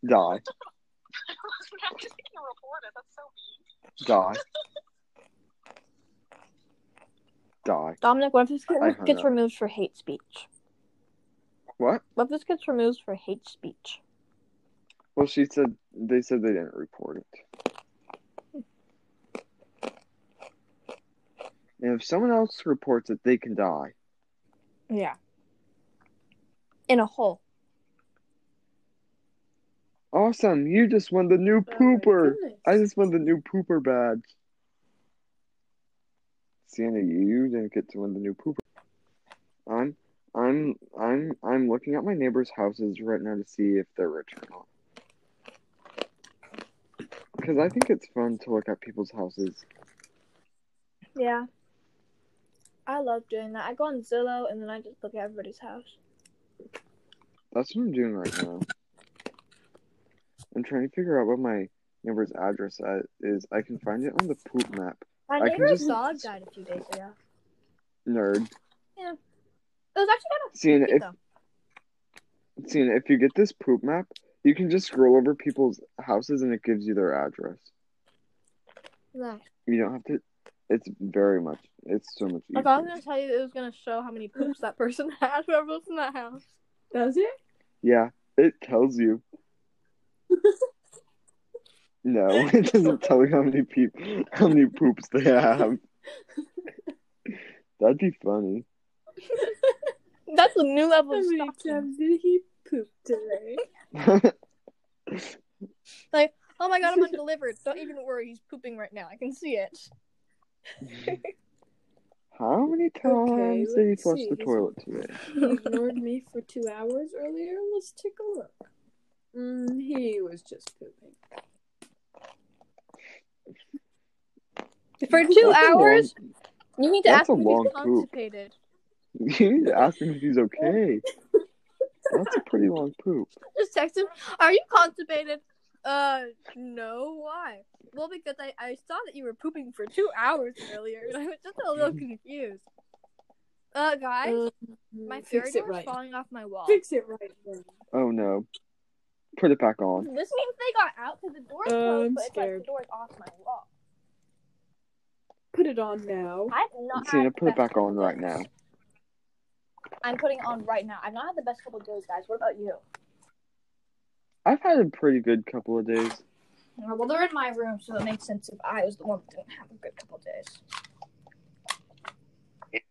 Speaker 3: die.
Speaker 7: I wasn't actually gonna report it. That's so mean.
Speaker 3: Die. Die.
Speaker 2: Dominic, what if this
Speaker 3: I hung
Speaker 2: gets
Speaker 3: up.
Speaker 2: removed for hate speech?
Speaker 3: What?
Speaker 2: What if this gets removed for hate speech?
Speaker 3: Well, she said they said they didn't report it. And if someone else reports it, they can die.
Speaker 2: Yeah. In a hole.
Speaker 3: Awesome! You just won the new
Speaker 1: Oh my
Speaker 3: pooper.
Speaker 1: goodness.
Speaker 3: I just won the new pooper badge. Sienna, you didn't get to win the new pooper. I'm, I'm, I'm, I'm looking at my neighbors' houses right now to see if they're rich or not. Because I think it's fun to look at people's houses.
Speaker 2: Yeah. I love doing that. I go on Zillow and then I just look at everybody's house.
Speaker 3: That's what I'm doing right now. I'm trying to figure out what my neighbor's address at- is. I can find it on the poop map.
Speaker 2: My
Speaker 3: I can
Speaker 2: neighbor's
Speaker 3: just-
Speaker 2: dog died a few days ago.
Speaker 3: Nerd.
Speaker 2: It was actually kind of
Speaker 3: Seeing
Speaker 2: creepy,
Speaker 3: if
Speaker 2: though.
Speaker 3: seeing if you get this poop map, you can just scroll over people's houses and it gives you their address.
Speaker 2: Nice.
Speaker 3: You don't have to. It's very much. It's so much easier.
Speaker 2: Like, I was going to tell you, it was going to show how many poops that person had, whoever was in that house.
Speaker 1: Does it?
Speaker 3: Yeah, it tells you. no, it doesn't tell you how many people, how many poops they have. That'd be funny.
Speaker 2: That's a new level
Speaker 1: How
Speaker 2: of
Speaker 1: many
Speaker 2: stalking.
Speaker 1: times did he poop today?
Speaker 2: Oh my god, I'm undelivered. Don't even worry, he's pooping right now. I can see it.
Speaker 3: How many
Speaker 1: Okay,
Speaker 3: times did he
Speaker 1: let's
Speaker 3: flush
Speaker 1: see.
Speaker 3: the
Speaker 1: He's-
Speaker 3: toilet today?
Speaker 1: Ignored me for two hours earlier. Let's take a look. Mm, he was just pooping.
Speaker 2: For two
Speaker 3: That's a long-
Speaker 2: hours, you need to
Speaker 3: That's
Speaker 2: ask
Speaker 3: a
Speaker 2: him if
Speaker 3: long
Speaker 2: he's
Speaker 3: poop.
Speaker 2: constipated.
Speaker 3: you need to ask him if he's okay. That's a pretty long poop.
Speaker 2: Just text him, Are you constipated? Uh, no, why? Well, because I, I saw that you were pooping for two hours earlier, and I was just a
Speaker 3: Mm-hmm.
Speaker 2: little confused. Uh, guys,
Speaker 1: Um,
Speaker 2: my fairy
Speaker 1: fix it
Speaker 2: door
Speaker 1: right.
Speaker 2: is falling off my wall.
Speaker 1: Fix it right now.
Speaker 3: Oh no. Put it back
Speaker 2: This
Speaker 3: on.
Speaker 2: means they got out because the door is
Speaker 1: Uh,
Speaker 2: closed,
Speaker 1: I'm
Speaker 2: but it's like
Speaker 1: scared.
Speaker 2: the door is off my wall.
Speaker 1: Put it on now.
Speaker 2: I've not
Speaker 3: Cena,
Speaker 2: had the
Speaker 3: put it
Speaker 2: best
Speaker 3: back
Speaker 2: couple
Speaker 3: on right
Speaker 2: days.
Speaker 3: now.
Speaker 2: I'm putting it on right now. I've not had the best couple days, guys. What about you?
Speaker 3: I've had a pretty good couple of days.
Speaker 2: Uh, Well, they're in my room, so it makes sense if I was the one that didn't have a good couple days.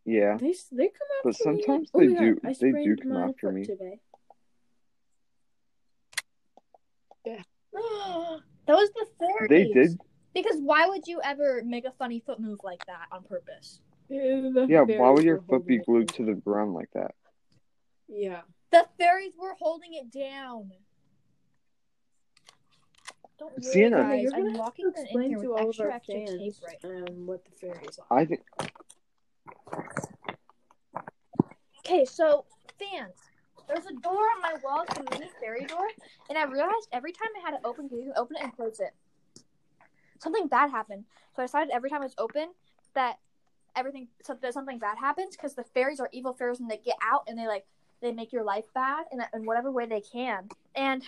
Speaker 3: Yeah.
Speaker 1: They s- they come
Speaker 3: But
Speaker 1: after me, like,
Speaker 3: sometimes
Speaker 1: oh
Speaker 3: they
Speaker 1: my God,
Speaker 3: do-
Speaker 1: I
Speaker 3: they do
Speaker 1: sprained
Speaker 3: come
Speaker 1: my
Speaker 3: after
Speaker 1: foot
Speaker 3: me.
Speaker 1: Today.
Speaker 2: that was the third.
Speaker 3: They did.
Speaker 2: Because why would you ever make a funny foot move like that on purpose?
Speaker 3: Yeah, why would your foot be glued to the ground like that?
Speaker 1: Yeah.
Speaker 2: The fairies were holding it down. Don't worry,
Speaker 3: Sienna.
Speaker 1: Hey,
Speaker 2: guys.
Speaker 1: you're gonna
Speaker 2: I'm
Speaker 1: have
Speaker 2: walking
Speaker 1: to
Speaker 2: them in
Speaker 1: explain
Speaker 2: here
Speaker 1: to
Speaker 2: with
Speaker 1: all
Speaker 2: extra,
Speaker 1: of our
Speaker 2: extra tape
Speaker 1: fans
Speaker 2: right
Speaker 1: um, what the fairies are.
Speaker 3: I think
Speaker 2: Okay, so fans, there's a door on my wall, it's a mini fairy door, and I realized every time I had to open, you can open it and close it. something bad happened. So I decided every time it's open that everything so that something bad happens because the fairies are evil fairies and they get out and they like they make your life bad in, in whatever way they can. And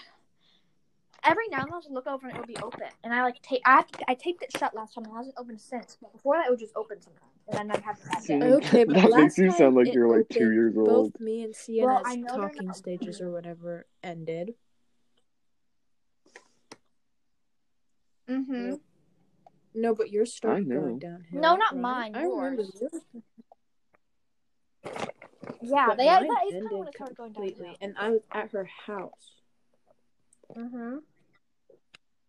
Speaker 2: every now and then I'll just look over and it'll be open. And I like take I, I taped it shut last time and it hasn't opened since. But before that it would just open sometimes and then I'd have it back in.
Speaker 1: Okay, but
Speaker 3: that
Speaker 1: last
Speaker 3: makes you
Speaker 1: time
Speaker 3: sound like
Speaker 1: it
Speaker 3: you're like two
Speaker 1: opened,
Speaker 3: years old.
Speaker 1: Both me and
Speaker 2: Well,
Speaker 1: Sienna's
Speaker 2: I know they're not
Speaker 1: talking stages or whatever ended.
Speaker 2: Mm-hmm.
Speaker 1: No, but yours started
Speaker 3: know.
Speaker 1: going downhill.
Speaker 2: No, not
Speaker 1: right?
Speaker 2: mine,
Speaker 1: I remember
Speaker 2: yours.
Speaker 1: yours.
Speaker 2: Yeah,
Speaker 1: but
Speaker 2: they
Speaker 1: mine
Speaker 2: that is kind
Speaker 1: ended
Speaker 2: of when it started going
Speaker 1: completely,
Speaker 2: down.
Speaker 1: and I was at her house.
Speaker 2: Mm-hmm.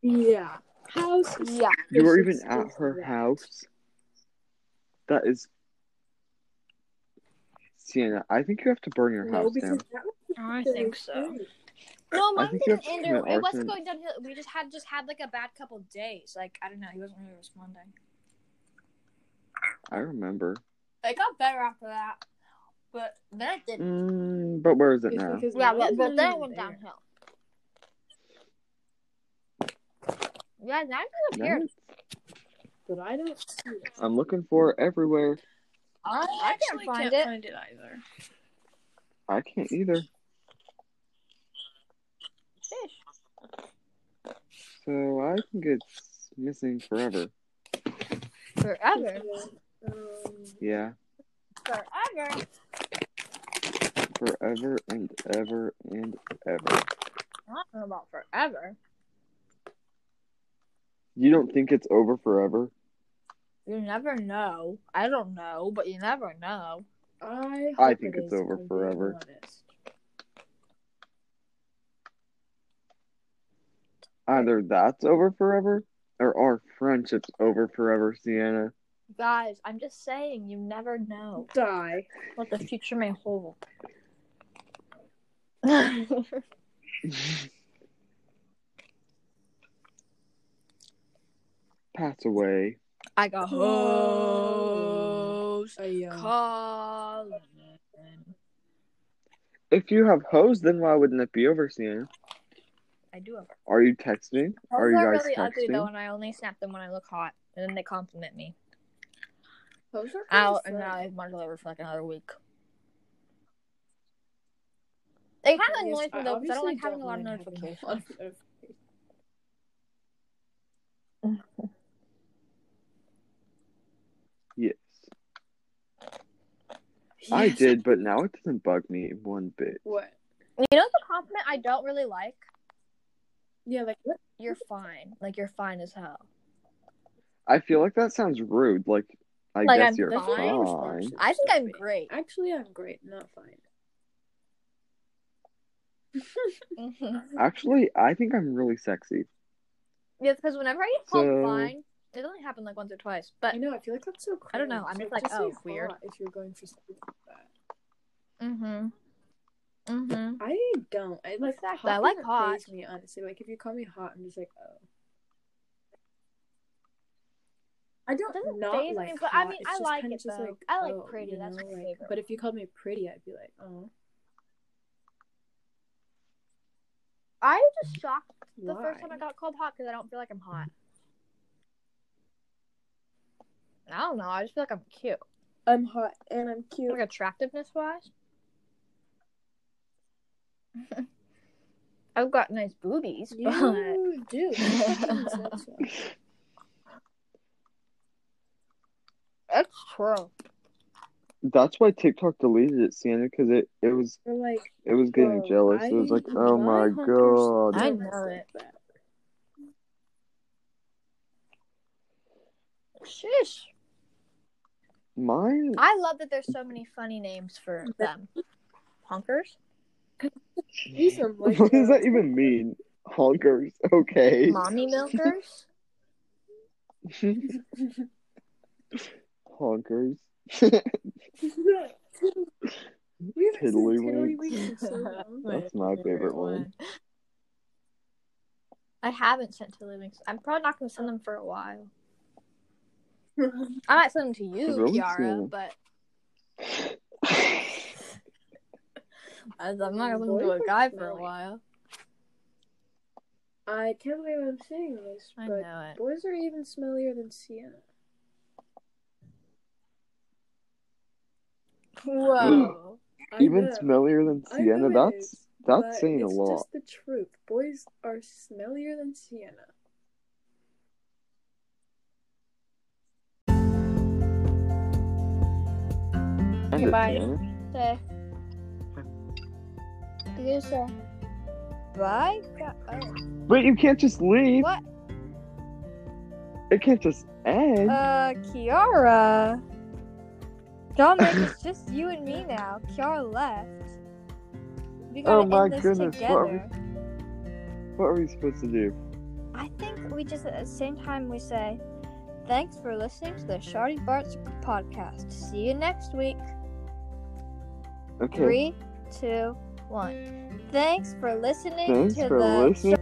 Speaker 1: Yeah, house. is
Speaker 2: Yeah.
Speaker 3: You were even
Speaker 1: suspicious
Speaker 3: at
Speaker 1: as
Speaker 3: her
Speaker 1: well.
Speaker 3: house. That is, Sienna. I think you have to burn your
Speaker 1: No,
Speaker 3: house
Speaker 1: because
Speaker 3: down.
Speaker 1: that was
Speaker 2: Oh, I
Speaker 1: the
Speaker 2: think so.
Speaker 1: thing.
Speaker 2: No, mine
Speaker 3: think you
Speaker 2: didn't
Speaker 3: have to
Speaker 2: end.
Speaker 3: commit
Speaker 2: It it wasn't
Speaker 3: arson.
Speaker 2: going downhill. We just had just had like a bad couple days. Like I don't know. He wasn't really responding.
Speaker 3: I remember.
Speaker 2: It got better after that, but then it didn't.
Speaker 3: Mm, but where is it
Speaker 1: It's
Speaker 3: now?
Speaker 1: because
Speaker 2: Yeah,
Speaker 1: mine
Speaker 2: but,
Speaker 1: was
Speaker 2: but
Speaker 1: not
Speaker 2: then it
Speaker 1: even
Speaker 2: went
Speaker 1: there.
Speaker 2: downhill. Yeah, now it's
Speaker 3: No?
Speaker 2: disappeared.
Speaker 1: But I don't see it.
Speaker 3: I'm looking for it everywhere.
Speaker 2: I, can't find it.
Speaker 9: either.
Speaker 3: I can't either. So I think it's missing forever.
Speaker 2: Forever.
Speaker 1: Um,
Speaker 3: Yeah,
Speaker 2: Forever.
Speaker 3: forever and ever and ever.
Speaker 2: I don't know about forever.
Speaker 3: You don't think it's over forever?
Speaker 2: You never know. I don't know, but you never know.
Speaker 1: I,
Speaker 3: I
Speaker 1: hope
Speaker 3: think
Speaker 1: it
Speaker 3: it's
Speaker 1: is,
Speaker 3: over
Speaker 1: if I'm being
Speaker 3: forever.
Speaker 1: honest.
Speaker 3: Either that's over forever, or our friendship's over forever, Sienna.
Speaker 2: Guys, I'm just saying, you never know
Speaker 1: Die.
Speaker 2: what the future may hold.
Speaker 3: Pass away.
Speaker 2: I got hoes. Call.
Speaker 3: If you have hoes, then why wouldn't it be over, Sienna?
Speaker 2: I do have. Hoes
Speaker 3: Are you texting? Are
Speaker 2: are
Speaker 3: you guys
Speaker 2: really ugly though,
Speaker 3: texting?
Speaker 2: and I only snap them when I look hot, and then they compliment me.
Speaker 1: Those are
Speaker 2: Out and
Speaker 1: kinda
Speaker 2: now I've muddled over for like another week. It kind of
Speaker 1: Yes,
Speaker 2: annoys me though because I don't
Speaker 1: obviously
Speaker 2: like having a lot of
Speaker 1: don't mind having
Speaker 2: notifications.
Speaker 1: a lot of-
Speaker 3: Yes. I did, but now it doesn't bug me one bit.
Speaker 1: What?
Speaker 2: You know the compliment I don't really like.
Speaker 1: Yeah, like what?
Speaker 2: You're fine. Like you're fine as hell.
Speaker 3: I feel like that sounds rude. Like, I
Speaker 2: like
Speaker 3: guess
Speaker 2: I'm
Speaker 3: you're
Speaker 2: fine.
Speaker 3: fine.
Speaker 2: I think I'm great.
Speaker 1: Actually, I'm great. Not fine.
Speaker 2: Mhm.
Speaker 3: Actually, I think I'm really sexy.
Speaker 2: yeah, because whenever I get called
Speaker 3: So-
Speaker 2: fine, it only happened like once or twice. But
Speaker 1: I know. I feel like that's so. Cringe.
Speaker 2: I don't know, I'm just like,
Speaker 1: say
Speaker 2: oh, weird.
Speaker 1: hot If you're going for something like that,
Speaker 2: mm-hmm. Mm-hmm.
Speaker 1: I don't. I like that.
Speaker 2: Exactly. I like hot.
Speaker 1: Me honestly, like if you call me hot, I'm just like, oh. I don't
Speaker 2: Doesn't
Speaker 1: not
Speaker 2: faze me,
Speaker 1: like
Speaker 2: but I
Speaker 1: hot.
Speaker 2: mean,
Speaker 1: It's
Speaker 2: I
Speaker 1: just
Speaker 2: like
Speaker 1: kinda
Speaker 2: it,
Speaker 1: just
Speaker 2: though.
Speaker 1: like,
Speaker 2: I like
Speaker 1: oh,
Speaker 2: pretty,
Speaker 1: you
Speaker 2: that's
Speaker 1: know,
Speaker 2: my
Speaker 1: like-
Speaker 2: favorite.
Speaker 1: But if you called me pretty, I'd be like, oh,
Speaker 2: I was just shocked the
Speaker 1: why?
Speaker 2: first time I got called hot because I don't feel like I'm hot. I don't know. I just feel like I'm cute.
Speaker 1: I'm hot and I'm cute.
Speaker 2: Like attractiveness wise, I've got nice boobies, but
Speaker 1: You do. You fucking said so.
Speaker 2: it's true.
Speaker 3: That's why TikTok deleted it, Sienna, because it, it was
Speaker 1: Or like
Speaker 3: it was getting
Speaker 1: Bro,
Speaker 3: jealous. It was
Speaker 1: I-
Speaker 3: like, oh
Speaker 1: my
Speaker 3: my
Speaker 1: hunters
Speaker 2: I
Speaker 3: god.
Speaker 1: don't
Speaker 2: know
Speaker 1: like
Speaker 2: it.
Speaker 1: that.
Speaker 2: Shish.
Speaker 3: Mine
Speaker 2: I love that there's so many funny names for them. Honkers,
Speaker 1: These are like
Speaker 3: What does that even mean? Honkers, okay.
Speaker 2: mommy milkers.
Speaker 3: Honkers.
Speaker 1: We've been saying
Speaker 3: Tiddlywinks.
Speaker 1: tiddlywinks for so long.
Speaker 3: That's my favorite one.
Speaker 2: I haven't sent to Living. I'm probably not going to send them for a while. I might send them to you,
Speaker 3: Really
Speaker 2: Kiara,
Speaker 3: soon.
Speaker 2: but I- I'm not going to send them to a guy for a while.
Speaker 1: I can't believe I'm saying this,
Speaker 2: I
Speaker 1: but
Speaker 2: know it.
Speaker 1: boys are even smellier than Sienna.
Speaker 2: Whoa.
Speaker 1: I
Speaker 3: Even
Speaker 1: know.
Speaker 3: smellier than
Speaker 1: I
Speaker 3: Sienna.
Speaker 1: know it
Speaker 3: That's
Speaker 1: is,
Speaker 3: that's
Speaker 1: but
Speaker 3: saying a
Speaker 1: it's
Speaker 3: lot.
Speaker 1: just the truth. Boys are smellier than Sienna.
Speaker 3: End it,
Speaker 10: Goodbye.
Speaker 3: Sienna.
Speaker 10: Say. You say.
Speaker 2: Bye. Ga- oh.
Speaker 3: But you can't just leave.
Speaker 2: Uh, What?
Speaker 3: It can't just end.
Speaker 2: Uh, Kiara. Dominic, it's just you and me now. Kiara left. We gotta
Speaker 3: Oh my
Speaker 2: end this
Speaker 3: goodness, what are we-
Speaker 2: together.
Speaker 3: what are we supposed to do?
Speaker 2: I think we just at the same time we say, thanks for listening to the Shardy Barts podcast. See you next week.
Speaker 3: Okay.
Speaker 2: Three, two, one. Thanks for listening
Speaker 3: Thanks
Speaker 2: to
Speaker 3: for
Speaker 2: the
Speaker 3: listening